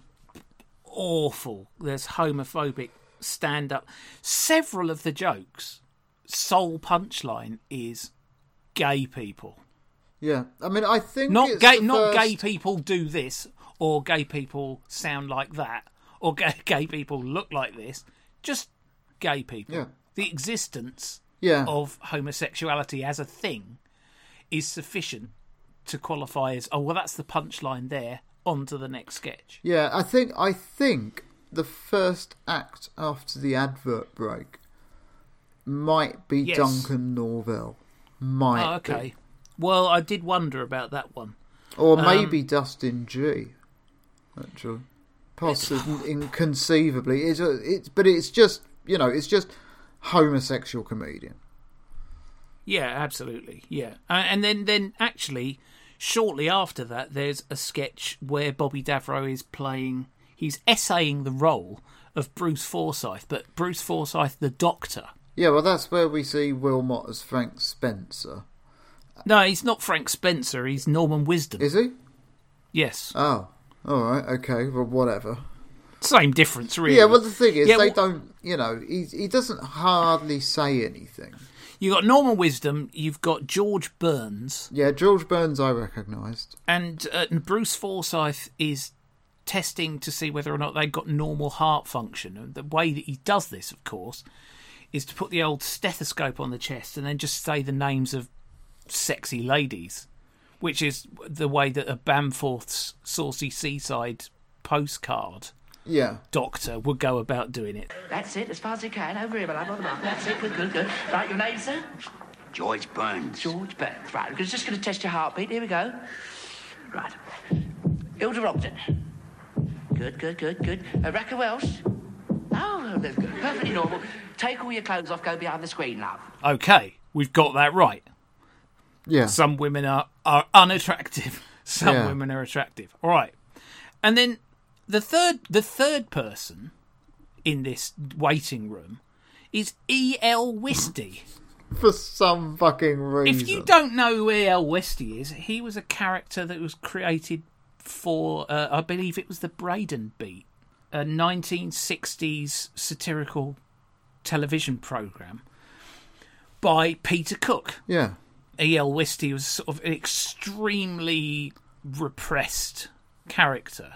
[SPEAKER 3] awful, there's homophobic stand up. Several of the jokes, sole punchline is gay people.
[SPEAKER 4] Yeah, I mean, I think
[SPEAKER 3] Not
[SPEAKER 4] it's
[SPEAKER 3] gay,
[SPEAKER 4] the
[SPEAKER 3] not
[SPEAKER 4] first-
[SPEAKER 3] gay people do this, or gay people sound like that, or (laughs) gay, gay people look like this. Just gay people.
[SPEAKER 4] Yeah.
[SPEAKER 3] (laughs) The existence
[SPEAKER 4] Yeah,
[SPEAKER 3] of homosexuality as a thing is sufficient to qualify as, oh, well, that's the punchline there, on to the next sketch.
[SPEAKER 4] Yeah, I think I think the first act after the advert break might be
[SPEAKER 3] Yes.
[SPEAKER 4] Duncan Norvell. Might
[SPEAKER 3] Oh, okay. Well, I did wonder about that one.
[SPEAKER 4] be. Or
[SPEAKER 3] Um,
[SPEAKER 4] maybe Dustin G. Actually. Possibly inconceivably. It's a, it's but it's just you know, it's just homosexual comedian.
[SPEAKER 3] Yeah, absolutely. Yeah. Uh, and then, then actually, shortly after that, there's a sketch where Bobby Davro is playing, he's essaying the role of Bruce Forsyth, but Bruce Forsyth, the doctor.
[SPEAKER 4] Yeah, well that's where we see Wilmot as Frank Spencer.
[SPEAKER 3] No, he's not Frank Spencer, he's Norman Wisdom.
[SPEAKER 4] Is he?
[SPEAKER 3] yes.
[SPEAKER 4] Oh. Alright, okay, well whatever.
[SPEAKER 3] Same difference, really.
[SPEAKER 4] Yeah, well, the thing is,
[SPEAKER 3] Yeah,
[SPEAKER 4] they
[SPEAKER 3] wh-
[SPEAKER 4] don't. You know, he he doesn't hardly say anything.
[SPEAKER 3] You've got Norman Wisdom, you've got George Burns,
[SPEAKER 4] Yeah, George Burns, I recognised.
[SPEAKER 3] and uh, Bruce Forsyth is testing to see whether or not they've got normal heart function. And the way that he does this, of course, is to put the old stethoscope on the chest and then just say the names of sexy ladies, which is the way that a Bamforth's Saucy Seaside postcard
[SPEAKER 4] Yeah,
[SPEAKER 3] doctor would go about doing it.
[SPEAKER 9] That's it, as far as you can. Over here, my love, on the mark. That's it, good, good, good. Right, your name, sir?
[SPEAKER 8] George Burns.
[SPEAKER 9] George Burns. Right, we're just going to test your heartbeat. Here we go. Right. Hilda Rockton. Good, good, good, good. Uh, Racker Welsh. Oh, that's good. Perfectly normal. Take all your clothes off, go behind the screen, love.
[SPEAKER 3] Okay, we've got that right.
[SPEAKER 4] yeah,
[SPEAKER 3] some women are, are unattractive (laughs) some
[SPEAKER 4] Yeah.
[SPEAKER 3] women are attractive all right and then the third the third person in this waiting room is el wisty
[SPEAKER 4] for some fucking reason.
[SPEAKER 3] if you don't know who el wisty is he was a character that was created for uh, i believe it was the braden beat a 1960s satirical television program by peter cook
[SPEAKER 4] yeah,
[SPEAKER 3] E.L. Wisty was sort of an extremely repressed character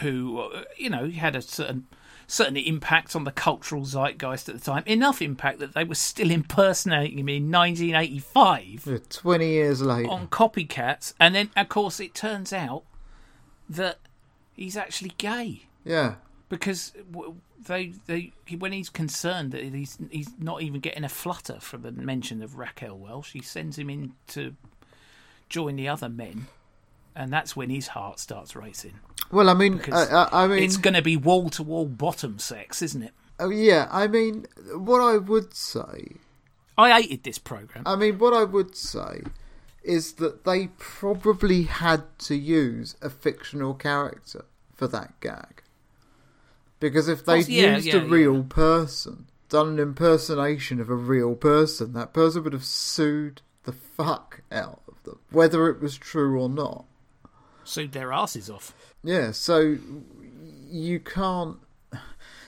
[SPEAKER 3] who, uh, you know, had a certain certain impact on the cultural zeitgeist at the time. Enough impact that they were still impersonating him in 1985
[SPEAKER 4] yeah, twenty years later.
[SPEAKER 3] on Copycats, and then of course it turns out that he's actually gay
[SPEAKER 4] Yeah,
[SPEAKER 3] because w- they they when he's concerned that he's he's not even getting a flutter from the mention of Raquel Welsh, he sends him in to join the other men, and that's when his heart starts racing.
[SPEAKER 4] well, I mean, I,
[SPEAKER 3] 'Cause
[SPEAKER 4] I, I mean,
[SPEAKER 3] it's going to be wall to wall bottom sex, isn't it?
[SPEAKER 4] oh, yeah, I mean, what I would say,
[SPEAKER 3] I hated this program.
[SPEAKER 4] I mean, what I would say is that they probably had to use a fictional character for that gag. Because if they'd
[SPEAKER 3] Poss- yeah,
[SPEAKER 4] used
[SPEAKER 3] yeah,
[SPEAKER 4] a
[SPEAKER 3] yeah.
[SPEAKER 4] real person, done an impersonation of a real person, that person would have sued the fuck out of them, whether it was true or not.
[SPEAKER 3] Sued their asses off.
[SPEAKER 4] Yeah, so you can't.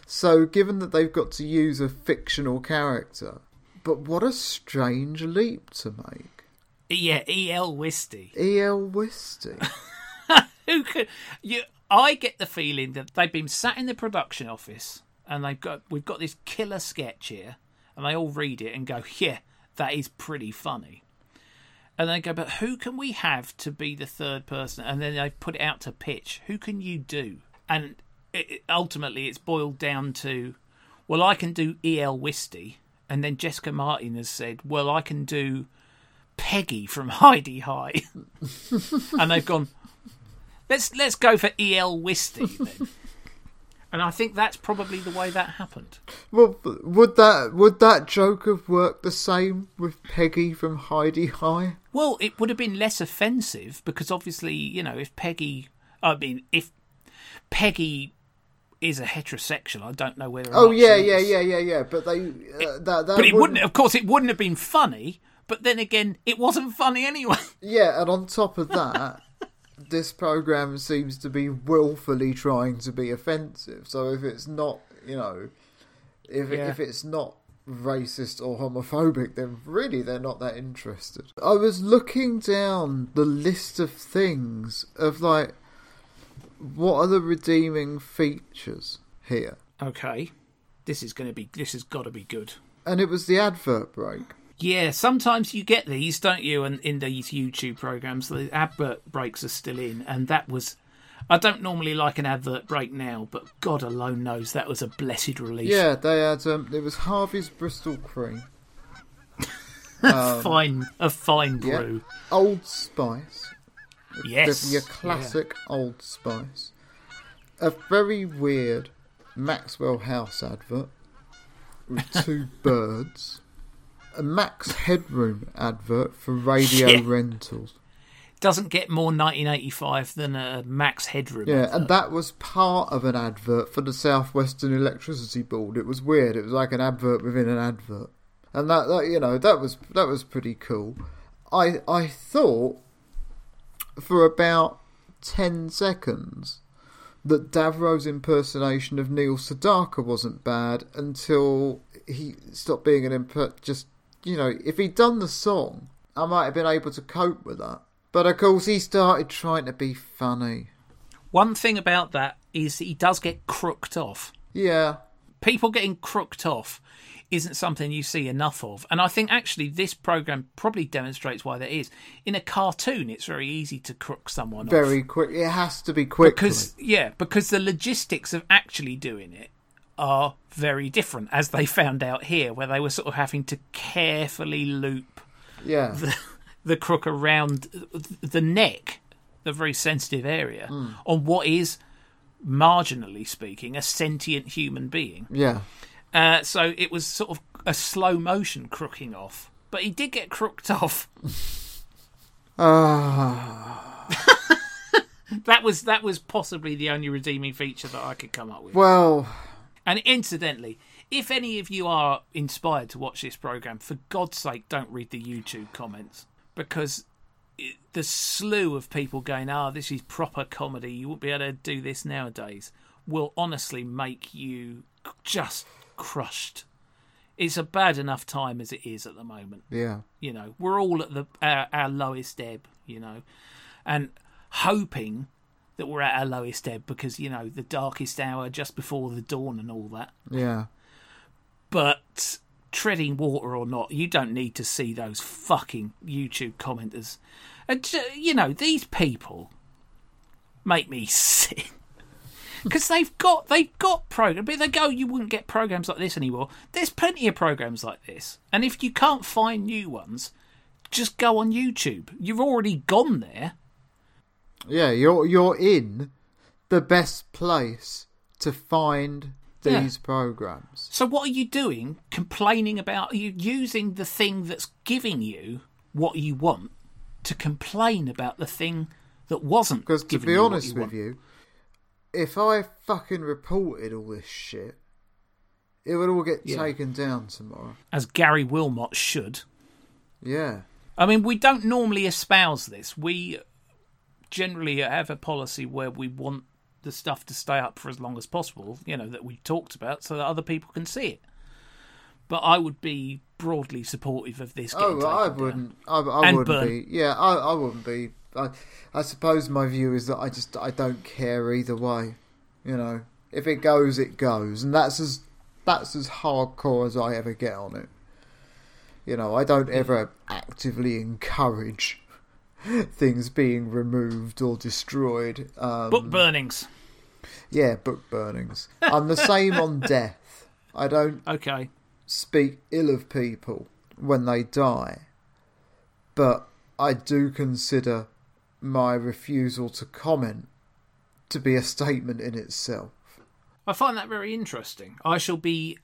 [SPEAKER 4] So, given that they've got to use a fictional character, but what a strange leap to make.
[SPEAKER 3] Yeah, E. L. Wisty.
[SPEAKER 4] E.L.
[SPEAKER 3] (laughs)
[SPEAKER 4] Wisty.
[SPEAKER 3] Who could you? I get the feeling that they've been sat in the production office and they've got we've got this killer sketch here, and they all read it and go, "Yeah, that is pretty funny." And they go, "But who can we have to be the third person?" And then they put it out to pitch. Who can you do? And it, it- ultimately, it's boiled down to, well, I can do E. L. Wisty, and then Jessica Martin has said, well, I can do Peggy from (laughs) Heidi High, and they've gone. Let's let's go for El Wisty (laughs) then. and I think that's probably the way that happened.
[SPEAKER 4] Well, would that would that joke have worked the same with Peggy from Heidi High?
[SPEAKER 3] Well, it would have been less offensive because obviously, you know, if Peggy, I mean, if Peggy is a heterosexual, I don't know whether. Or
[SPEAKER 4] Oh
[SPEAKER 3] not
[SPEAKER 4] yeah,
[SPEAKER 3] she
[SPEAKER 4] yeah,
[SPEAKER 3] is.
[SPEAKER 4] yeah, yeah, yeah. But they uh, that that
[SPEAKER 3] But it wouldn't. Of course, it wouldn't have been funny. But then again, it wasn't funny anyway.
[SPEAKER 4] Yeah, and on top of that, this program seems to be willfully trying to be offensive. So if it's not, you know, if
[SPEAKER 3] Yeah.
[SPEAKER 4] if it's not racist or homophobic, then really they're not that interested. I was looking down the list of things of like, what are the redeeming features here?
[SPEAKER 3] Okay, this is going to be. This has got to be good.
[SPEAKER 4] and it was the advert break.
[SPEAKER 3] Yeah, sometimes you get these, don't you? And in these YouTube programs, the advert breaks are still in, and that was. I don't normally like an advert break now, but God alone knows that was a blessed release.
[SPEAKER 4] Yeah, they had. Um, it was Harvey's Bristol Cream,
[SPEAKER 3] fine, a fine
[SPEAKER 4] Um, yeah.
[SPEAKER 3] brew.
[SPEAKER 4] Old Spice,
[SPEAKER 3] Yes,
[SPEAKER 4] your classic Old Spice, a very weird Maxwell House advert
[SPEAKER 3] (laughs)
[SPEAKER 4] with two birds, a Max Headroom advert for radio
[SPEAKER 3] Yeah.
[SPEAKER 4] rentals.
[SPEAKER 3] doesn't get more 1985 than a Max Headroom.
[SPEAKER 4] Yeah, and that was part of an advert for the Southwestern Electricity Board. It was weird. It was like an advert within an advert, and that, that you know that was that was pretty cool. I I thought for about ten seconds that Davro's impersonation of Neil Sedaka wasn't bad until he stopped being an imp. Just you know, if he'd done the song, I might have been able to cope with that. But of course, he started trying to be funny.
[SPEAKER 3] One thing about that is he does get crooked off.
[SPEAKER 4] Yeah,
[SPEAKER 3] people getting crooked off isn't something you see enough of. And I think actually this program probably demonstrates why that is. In a cartoon, it's very easy to crook someone off.
[SPEAKER 4] very quick. It has to be quick.
[SPEAKER 3] Because, yeah, because the logistics of actually doing it are very different, as they found out here, where they were sort of having to carefully loop
[SPEAKER 4] yeah,
[SPEAKER 3] the crook around the neck, the very sensitive area, on what is, marginally speaking, a sentient human being.
[SPEAKER 4] yeah,
[SPEAKER 3] Uh, so it was sort of a slow motion crooking off. But he did get crooked (laughs) off.
[SPEAKER 4] Ah,
[SPEAKER 3] That was that was possibly the only redeeming feature that I could come up with.
[SPEAKER 4] well,
[SPEAKER 3] And incidentally, if any of you are inspired to watch this program, for God's sake, don't read the YouTube comments because it, the slew of people going, "Ah, this is proper comedy. You wouldn't be able to do this nowadays," will honestly make you just crushed. It's a bad enough time as it is at the moment
[SPEAKER 4] yeah,
[SPEAKER 3] you know we're all at the our, our lowest ebb you know and hoping that we're at our lowest ebb because you know the darkest hour just before the dawn and all that
[SPEAKER 4] yeah.
[SPEAKER 3] but treading water or not you don't need to see those fucking youtube commenters and ju- you know these people make me (laughs) sick because they've got they've got programs but they go you wouldn't get programs like this anymore there's plenty of programs like this and if you can't find new ones just go on youtube you've already gone there
[SPEAKER 4] Yeah, you're you're in the best place to find
[SPEAKER 3] Yeah.
[SPEAKER 4] these programs.
[SPEAKER 3] so what are you doing complaining about are you using the thing that's giving you what you want to complain about the thing that wasn't
[SPEAKER 4] Because to
[SPEAKER 3] giving
[SPEAKER 4] be
[SPEAKER 3] you what
[SPEAKER 4] honest
[SPEAKER 3] you
[SPEAKER 4] with
[SPEAKER 3] want?
[SPEAKER 4] you, if I fucking reported all this shit, it would all get taken down tomorrow.
[SPEAKER 3] as Gary Wilmot should.
[SPEAKER 4] Yeah,
[SPEAKER 3] I mean, we don't normally espouse this. We generally have a policy where we want the stuff to stay up for as long as possible, you know, that we talked about so that other people can see it. But I would be broadly supportive of this.
[SPEAKER 4] Oh,
[SPEAKER 3] getting
[SPEAKER 4] I
[SPEAKER 3] taken down.
[SPEAKER 4] wouldn't. I, I
[SPEAKER 3] And
[SPEAKER 4] wouldn't
[SPEAKER 3] burn.
[SPEAKER 4] be. Yeah, I, I wouldn't be. I, I suppose my view is that I just I don't care either way. You know, if it goes, it goes, and that's as that's as hardcore as I ever get on it. You know, I don't ever actively encourage (laughs) things being removed or destroyed. Um,
[SPEAKER 3] Book burnings.
[SPEAKER 4] yeah, book burnings. I'm the same on (laughs) death. I don't
[SPEAKER 3] Okay.
[SPEAKER 4] speak ill of people when they die, but I do consider my refusal to comment to be a statement in itself. (laughs)
[SPEAKER 3] I find that very interesting. I shall be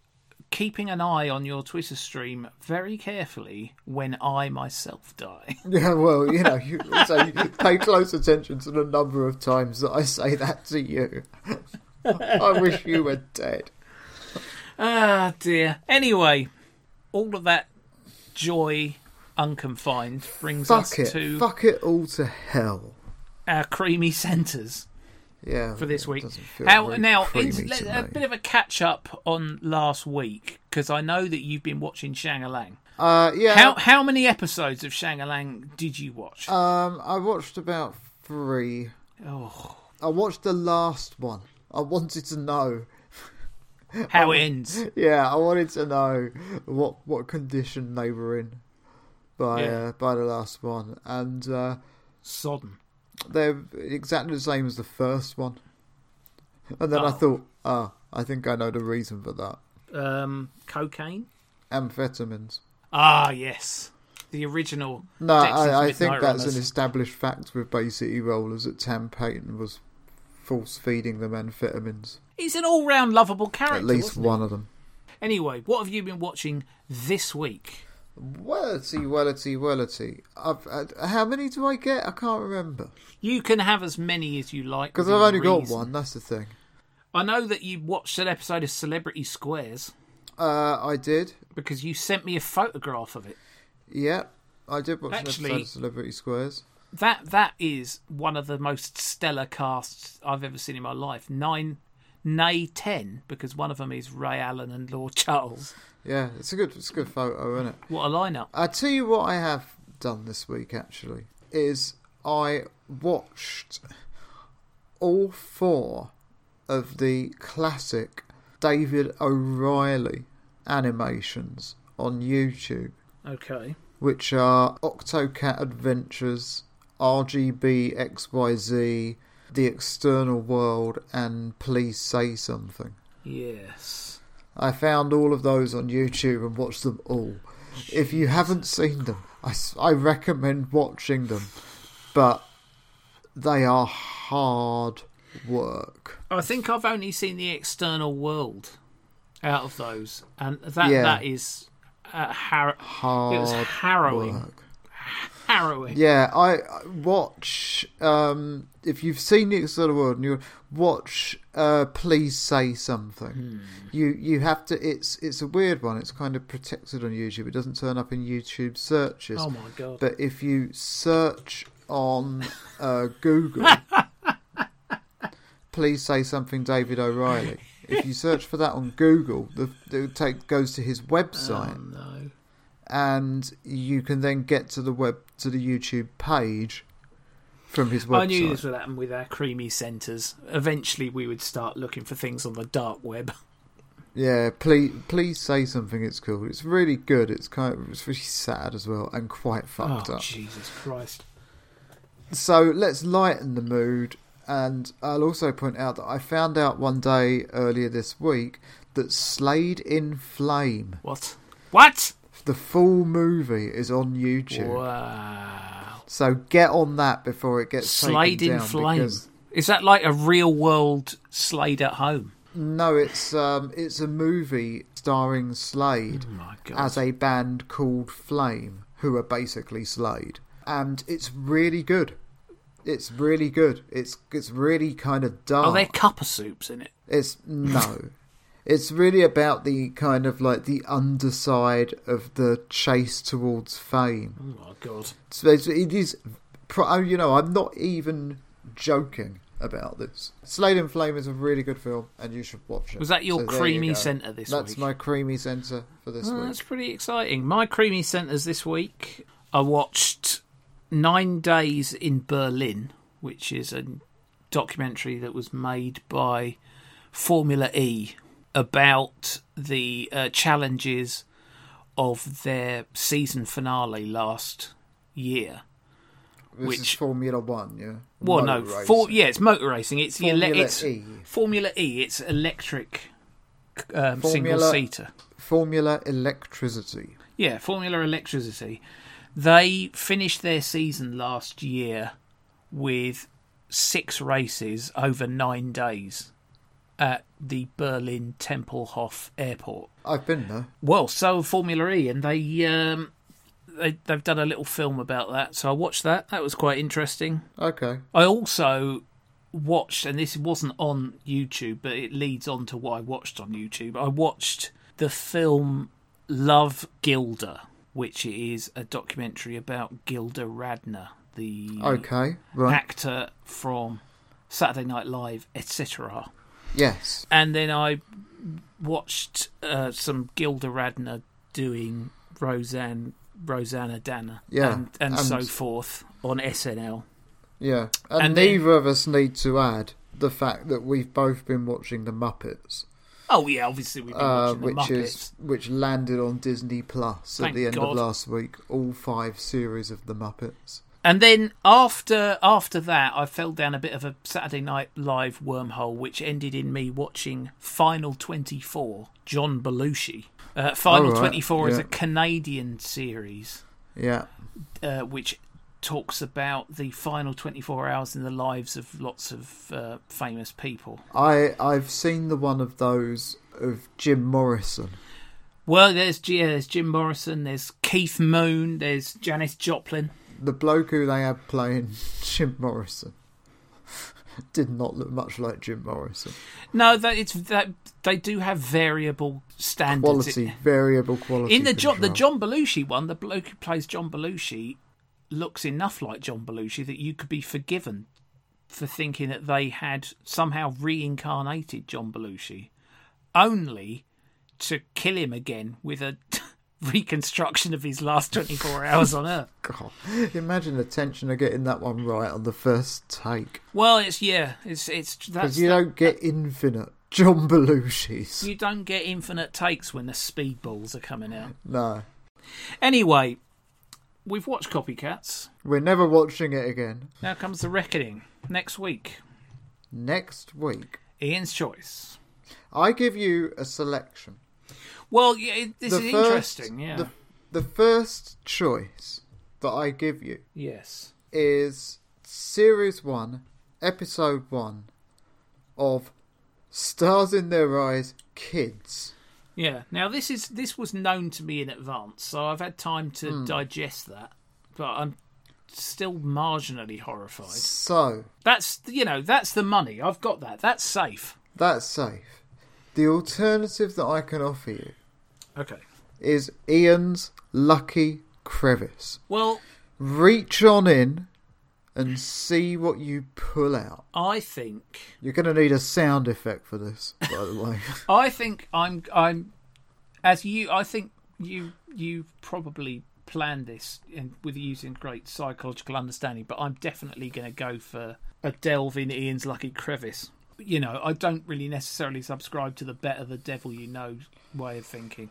[SPEAKER 3] keeping an eye on your Twitter stream very carefully when I myself die. (laughs)
[SPEAKER 4] Yeah, well, you know, you also you pay close attention to the number of times that I say that to you. (laughs) I wish you were dead.
[SPEAKER 3] Ah, dear. Anyway, all of that joy unconfined brings us
[SPEAKER 4] Fuck it.
[SPEAKER 3] to
[SPEAKER 4] Fuck it all to hell.
[SPEAKER 3] our creamy centres
[SPEAKER 4] Yeah.
[SPEAKER 3] for this
[SPEAKER 4] it
[SPEAKER 3] week.
[SPEAKER 4] doesn't feel
[SPEAKER 3] How,
[SPEAKER 4] very
[SPEAKER 3] now,
[SPEAKER 4] creamy
[SPEAKER 3] it's, let-
[SPEAKER 4] to
[SPEAKER 3] a
[SPEAKER 4] me.
[SPEAKER 3] bit of a catch up on last week because I know that you've been watching Shangalang.
[SPEAKER 4] uh, yeah.
[SPEAKER 3] How how many episodes of Shangalang did you watch?
[SPEAKER 4] Um, I watched about three.
[SPEAKER 3] oh,
[SPEAKER 4] I watched the last one. I wanted to know.
[SPEAKER 3] how it ends.
[SPEAKER 4] (laughs) Yeah, I wanted to know what what condition they were in. by
[SPEAKER 3] Yeah.
[SPEAKER 4] uh, by the last one, and uh,
[SPEAKER 3] Sodden.
[SPEAKER 4] they're exactly the same as the first one. And then I
[SPEAKER 3] Oh.
[SPEAKER 4] thought, ah, I think I know the reason for that.
[SPEAKER 3] Um, cocaine?
[SPEAKER 4] Amphetamines.
[SPEAKER 3] Ah, yes. The original.
[SPEAKER 4] No,
[SPEAKER 3] Dixon's
[SPEAKER 4] I, I
[SPEAKER 3] Midnight
[SPEAKER 4] think that's
[SPEAKER 3] Runners.
[SPEAKER 4] an established fact with Bay City Rollers that Tam Payton was force feeding them amphetamines.
[SPEAKER 3] He's an all round lovable character.
[SPEAKER 4] At least
[SPEAKER 3] wasn't
[SPEAKER 4] one of them.
[SPEAKER 3] he? Anyway, what have you been watching this week?
[SPEAKER 4] Wellity, wellity, wellity. I've, uh, how many do I get? I can't remember.
[SPEAKER 3] You can have as many as you like.
[SPEAKER 4] Because
[SPEAKER 3] within
[SPEAKER 4] I've only got
[SPEAKER 3] reason.
[SPEAKER 4] one, that's the thing.
[SPEAKER 3] I know that you watched an episode of Celebrity Squares
[SPEAKER 4] Uh, I did.
[SPEAKER 3] because you sent me a photograph of it.
[SPEAKER 4] Yeah, I did watch an
[SPEAKER 3] Actually-
[SPEAKER 4] episode of Celebrity Squares.
[SPEAKER 3] That that is one of the most stellar casts I've ever seen in my life. Nine, nay ten, because one of them is Ray Allen and Lord Charles.
[SPEAKER 4] Yeah, it's a good, it's a good photo, isn't it?
[SPEAKER 3] What a lineup!
[SPEAKER 4] I tell you what I have done this week actually is I watched all four of the classic David O'Reilly animations on YouTube,
[SPEAKER 3] Okay,
[SPEAKER 4] which are Octocat Adventures, RGB XYZ, The External World, and Please Say Something.
[SPEAKER 3] yes,
[SPEAKER 4] I found all of those on YouTube and watched them all. If you haven't seen them, I, s- I recommend watching them, but they are hard work.
[SPEAKER 3] I think I've only seen the external world out of those, and that
[SPEAKER 4] Yeah.
[SPEAKER 3] that is uh, har-
[SPEAKER 4] Hard
[SPEAKER 3] It was harrowing.
[SPEAKER 4] work.
[SPEAKER 3] harrowing.
[SPEAKER 4] Yeah, I I watch. Um, if you've seen the external world, and you watch. Uh, please say something.
[SPEAKER 3] Hmm.
[SPEAKER 4] You you have to. It's it's a weird one. It's kind of protected on YouTube. It doesn't turn up in YouTube searches.
[SPEAKER 3] Oh my god!
[SPEAKER 4] But if you search on uh,
[SPEAKER 3] (laughs)
[SPEAKER 4] Google, please say something, David O'Reilly. If you search for that on Google, the, the take goes to his website,
[SPEAKER 3] no.
[SPEAKER 4] and you can then get to the web to the YouTube page from his website.
[SPEAKER 3] I knew this would happen with our creamy centres. Eventually, we would start looking for things on the dark web.
[SPEAKER 4] Yeah, please, please say something. It's cool. It's really good. It's kind of it's really sad as well, and quite
[SPEAKER 3] Oh,
[SPEAKER 4] fucked up.
[SPEAKER 3] Jesus Christ.
[SPEAKER 4] So let's lighten the mood. And I'll also point out that I found out one day earlier this week that Slade in Flame,
[SPEAKER 3] What? What?
[SPEAKER 4] the full movie, is on YouTube.
[SPEAKER 3] Wow.
[SPEAKER 4] So get on that before it gets
[SPEAKER 3] Slade
[SPEAKER 4] taken
[SPEAKER 3] in
[SPEAKER 4] down
[SPEAKER 3] Flame.
[SPEAKER 4] because-
[SPEAKER 3] Is that like a real world Slade at home?
[SPEAKER 4] no, it's um, it's a movie starring Slade
[SPEAKER 3] Oh My God.
[SPEAKER 4] as a band called Flame, who are basically Slade, and it's really good. It's really good. It's it's really kind of dark.
[SPEAKER 3] Are there Oh, cuppa soups in it?
[SPEAKER 4] It's
[SPEAKER 3] (laughs)
[SPEAKER 4] no. it's really about the kind of like the underside of the chase towards fame.
[SPEAKER 3] Oh, my God.
[SPEAKER 4] So it's, it is, pro- oh, you know, I'm not even joking about this. Slade and Flame is a really good film, and you should watch it.
[SPEAKER 3] Was that your
[SPEAKER 4] there you
[SPEAKER 3] creamy
[SPEAKER 4] go.
[SPEAKER 3] centre this
[SPEAKER 4] That's
[SPEAKER 3] week?
[SPEAKER 4] my creamy centre for this
[SPEAKER 3] Oh,
[SPEAKER 4] week.
[SPEAKER 3] that's pretty exciting. My creamy centres this week. I watched Nine Days in Berlin, which is a documentary that was made by Formula E about the uh, challenges of their season finale last year.
[SPEAKER 4] This is
[SPEAKER 3] which-
[SPEAKER 4] Formula One, yeah.
[SPEAKER 3] Well,
[SPEAKER 4] Motor
[SPEAKER 3] no, for,
[SPEAKER 4] racing.
[SPEAKER 3] yeah, it's motor racing. It's the ele-
[SPEAKER 4] Formula
[SPEAKER 3] it's
[SPEAKER 4] E.
[SPEAKER 3] Formula E. It's electric um,
[SPEAKER 4] Formula-
[SPEAKER 3] single seater.
[SPEAKER 4] Formula Electricity.
[SPEAKER 3] Yeah, Formula Electricity. They finished their season last year with six races over nine days at the Berlin Tempelhof Airport.
[SPEAKER 4] I've been there.
[SPEAKER 3] Well, so Formula E, and they um, they they've done a little film about that. So I watched that. That was quite interesting.
[SPEAKER 4] Okay.
[SPEAKER 3] I also watched, and this wasn't on YouTube, but it leads on to what I watched on YouTube. I watched the film Love Gilda, which is a documentary about Gilda Radner, the
[SPEAKER 4] Okay. Right.
[SPEAKER 3] actor from Saturday Night Live, etc.
[SPEAKER 4] Yes.
[SPEAKER 3] And then I watched uh, some Gilda Radner doing Roseanne, Rosanna Dana,
[SPEAKER 4] Yeah,
[SPEAKER 3] and, and,
[SPEAKER 4] and-
[SPEAKER 3] so forth on SNL.
[SPEAKER 4] Yeah, and,
[SPEAKER 3] And then-
[SPEAKER 4] neither of us need to add the fact that we've both been watching The Muppets.
[SPEAKER 3] Oh yeah, obviously we've been
[SPEAKER 4] uh,
[SPEAKER 3] watching the
[SPEAKER 4] which
[SPEAKER 3] Muppets.
[SPEAKER 4] is which landed on Disney Plus at
[SPEAKER 3] Thank
[SPEAKER 4] the end
[SPEAKER 3] God.
[SPEAKER 4] of last week. All five series of the Muppets.
[SPEAKER 3] And then after after that, I fell down a bit of a Saturday Night Live wormhole, which ended in me watching Final Twenty Four, John Belushi. Uh, Final
[SPEAKER 4] All right,
[SPEAKER 3] Twenty Four is a
[SPEAKER 4] yeah.
[SPEAKER 3] Canadian series
[SPEAKER 4] Yeah,
[SPEAKER 3] uh, which talks about the final twenty four hours in the lives of lots of uh, famous people.
[SPEAKER 4] I I've seen the one of those of Jim Morrison.
[SPEAKER 3] Well, there's, G- yeah, there's Jim Morrison, there's Keith Moon, there's Janis Joplin.
[SPEAKER 4] The bloke who they had playing (laughs) Jim Morrison (laughs) did not look much like Jim Morrison.
[SPEAKER 3] No, that it's that they do have variable standards.
[SPEAKER 4] Quality, variable quality.
[SPEAKER 3] in the John, the
[SPEAKER 4] control.
[SPEAKER 3] John Belushi one, the bloke who plays John Belushi looks enough like John Belushi that you could be forgiven for thinking that they had somehow reincarnated John Belushi, only to kill him again with a (laughs) reconstruction of his last 24 hours on Earth.
[SPEAKER 4] God, imagine the tension of getting that one right on the first take
[SPEAKER 3] Well, it's yeah, it's it's that's
[SPEAKER 4] because you
[SPEAKER 3] that-
[SPEAKER 4] don't get infinite John Belushi's.
[SPEAKER 3] you don't get infinite takes when the speedballs are coming out.
[SPEAKER 4] No,
[SPEAKER 3] Anyway, we've watched Copycats.
[SPEAKER 4] we're never watching it again.
[SPEAKER 3] Now comes the reckoning next week.
[SPEAKER 4] Next week,
[SPEAKER 3] Ian's choice.
[SPEAKER 4] I give you a selection.
[SPEAKER 3] Well, yeah, it- this
[SPEAKER 4] The
[SPEAKER 3] is
[SPEAKER 4] first-
[SPEAKER 3] interesting. Yeah.
[SPEAKER 4] The, the first choice that I give you
[SPEAKER 3] Yes.
[SPEAKER 4] is series one, episode one of Stars in Their Eyes Kids.
[SPEAKER 3] Yeah. Now this is this was known to me in advance, so I've had time to
[SPEAKER 4] Hmm.
[SPEAKER 3] digest that, but I'm still marginally horrified.
[SPEAKER 4] So
[SPEAKER 3] That's you know that's the money. I've got that. That's safe.
[SPEAKER 4] that's safe. The alternative that I can offer you
[SPEAKER 3] Okay.
[SPEAKER 4] is Ian's Lucky Crevice.
[SPEAKER 3] Well,
[SPEAKER 4] Reach on in and see what you pull out.
[SPEAKER 3] I think
[SPEAKER 4] You're going to need a sound effect for this, by the way. (laughs)
[SPEAKER 3] I think I'm I'm as you I think you you probably planned this and with using great psychological understanding, but I'm definitely going to go for a delve in Ian's lucky crevice. You know, I don't really necessarily subscribe to the better the devil you know way of thinking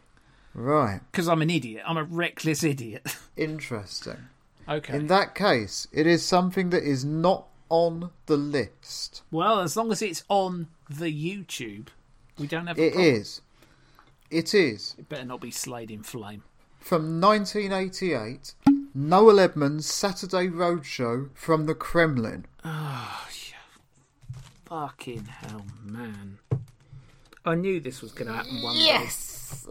[SPEAKER 4] right.
[SPEAKER 3] because I'm an idiot. I'm a reckless idiot. (laughs)
[SPEAKER 4] Interesting.
[SPEAKER 3] okay.
[SPEAKER 4] In that case, it is something that is not on the list.
[SPEAKER 3] well, as long as it's on the YouTube, we don't have a
[SPEAKER 4] It
[SPEAKER 3] problem.
[SPEAKER 4] is. It is.
[SPEAKER 3] It better not be slayed in flame.
[SPEAKER 4] From 1988, Noel Edmonds' Saturday Roadshow from the Kremlin.
[SPEAKER 3] Fucking hell, man. I knew this was going to happen one day.
[SPEAKER 4] Yes!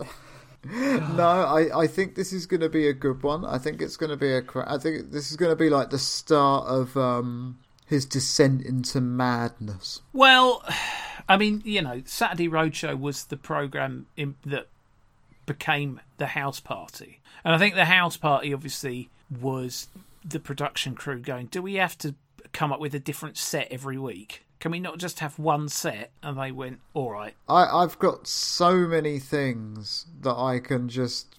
[SPEAKER 4] no, I, I think this is going to be a good one. I think it's going to be a. Cra- I think this is going to be like the start of um, his descent into madness.
[SPEAKER 3] Well, I mean, you know, Saturday Roadshow was the program in, that became the house party, and I think the house party obviously was the production crew going, "Do we have to come up with a different set every week? Can we not just have one set?" And they went, "All right."
[SPEAKER 4] I, I've got so many things that I can just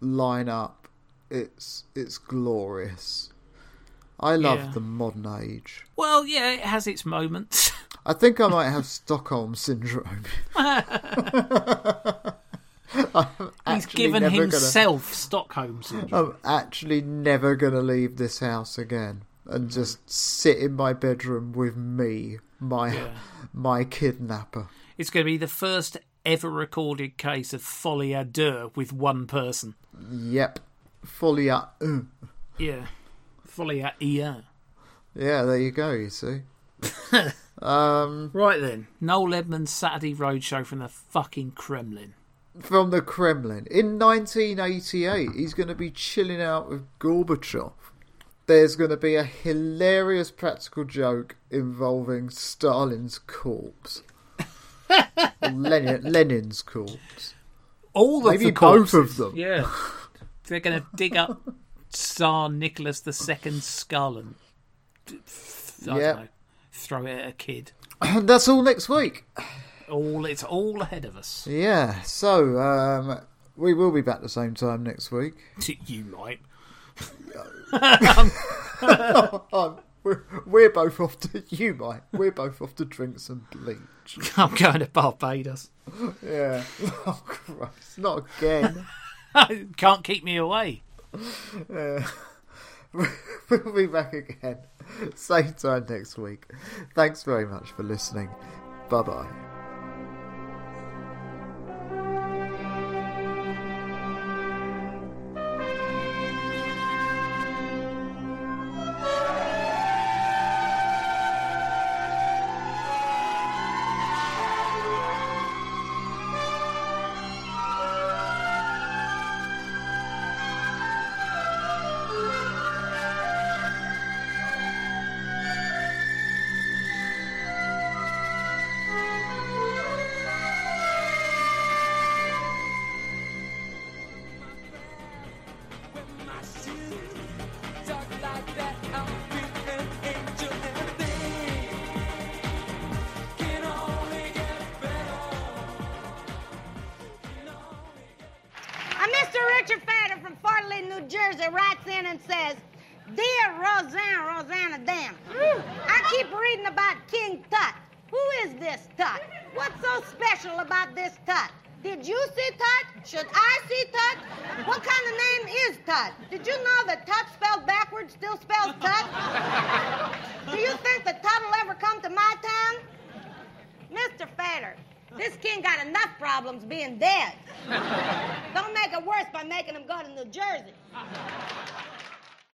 [SPEAKER 4] line up. It's it's glorious. I love
[SPEAKER 3] Yeah.
[SPEAKER 4] the modern age.
[SPEAKER 3] Well, yeah, it has its moments. (laughs)
[SPEAKER 4] I think I might have (laughs) Stockholm syndrome.
[SPEAKER 3] He's given himself Stockholm syndrome.
[SPEAKER 4] Gonna, I'm actually never gonna leave this house again and just sit in my bedroom with me, my my kidnapper.
[SPEAKER 3] It's going to be the first ever recorded case of folie à deux with one person.
[SPEAKER 4] Yep, fully up. Mm.
[SPEAKER 3] Yeah, folie à deux.
[SPEAKER 4] Yeah, there you go. You see.
[SPEAKER 3] Right then, Noel Edmonds' Saturday Roadshow from the fucking Kremlin.
[SPEAKER 4] from the Kremlin. In 1988, he's going to be chilling out with Gorbachev. There's going to be a hilarious practical joke involving Stalin's corpse. Or Lenin, Lenin's corpse.
[SPEAKER 3] All of
[SPEAKER 4] Maybe
[SPEAKER 3] the
[SPEAKER 4] both
[SPEAKER 3] corpses.
[SPEAKER 4] of them.
[SPEAKER 3] Yeah, (laughs) they're going to dig up Tsar Nicholas II's skull and I don't
[SPEAKER 4] Yeah.
[SPEAKER 3] know, throw it at a kid.
[SPEAKER 4] And (clears throat) that's all next week.
[SPEAKER 3] All it's all ahead of us.
[SPEAKER 4] Yeah, so um, we will be back the same time next week.
[SPEAKER 3] You might.
[SPEAKER 4] Um, We're, we're both off to (laughs) you, Mike. We're both off to drink some bleach.
[SPEAKER 3] (laughs) I'm going to Barbados. (laughs)
[SPEAKER 4] Yeah. (laughs) Oh, Christ. Not again.
[SPEAKER 3] Can't keep me away.
[SPEAKER 4] (laughs) we'll be back again. (laughs) Same time next week. Thanks very much for listening. Bye bye.
[SPEAKER 9] A Mr. Richard Fader from Fort Lee, New Jersey writes in and says, Dear Rosanna, Rosanna Dan, I keep reading about King Tut. Who is this Tut? What's so special about this Tut? Did you see Tut? Should I see Tut? What kind of name is Tut? Did you know that Tut spelled backwards still spells Tut? Do you think that Tut will ever come to my town? Mr. Fader, this king got enough problems being dead. Don't make it worse by making him go to New Jersey.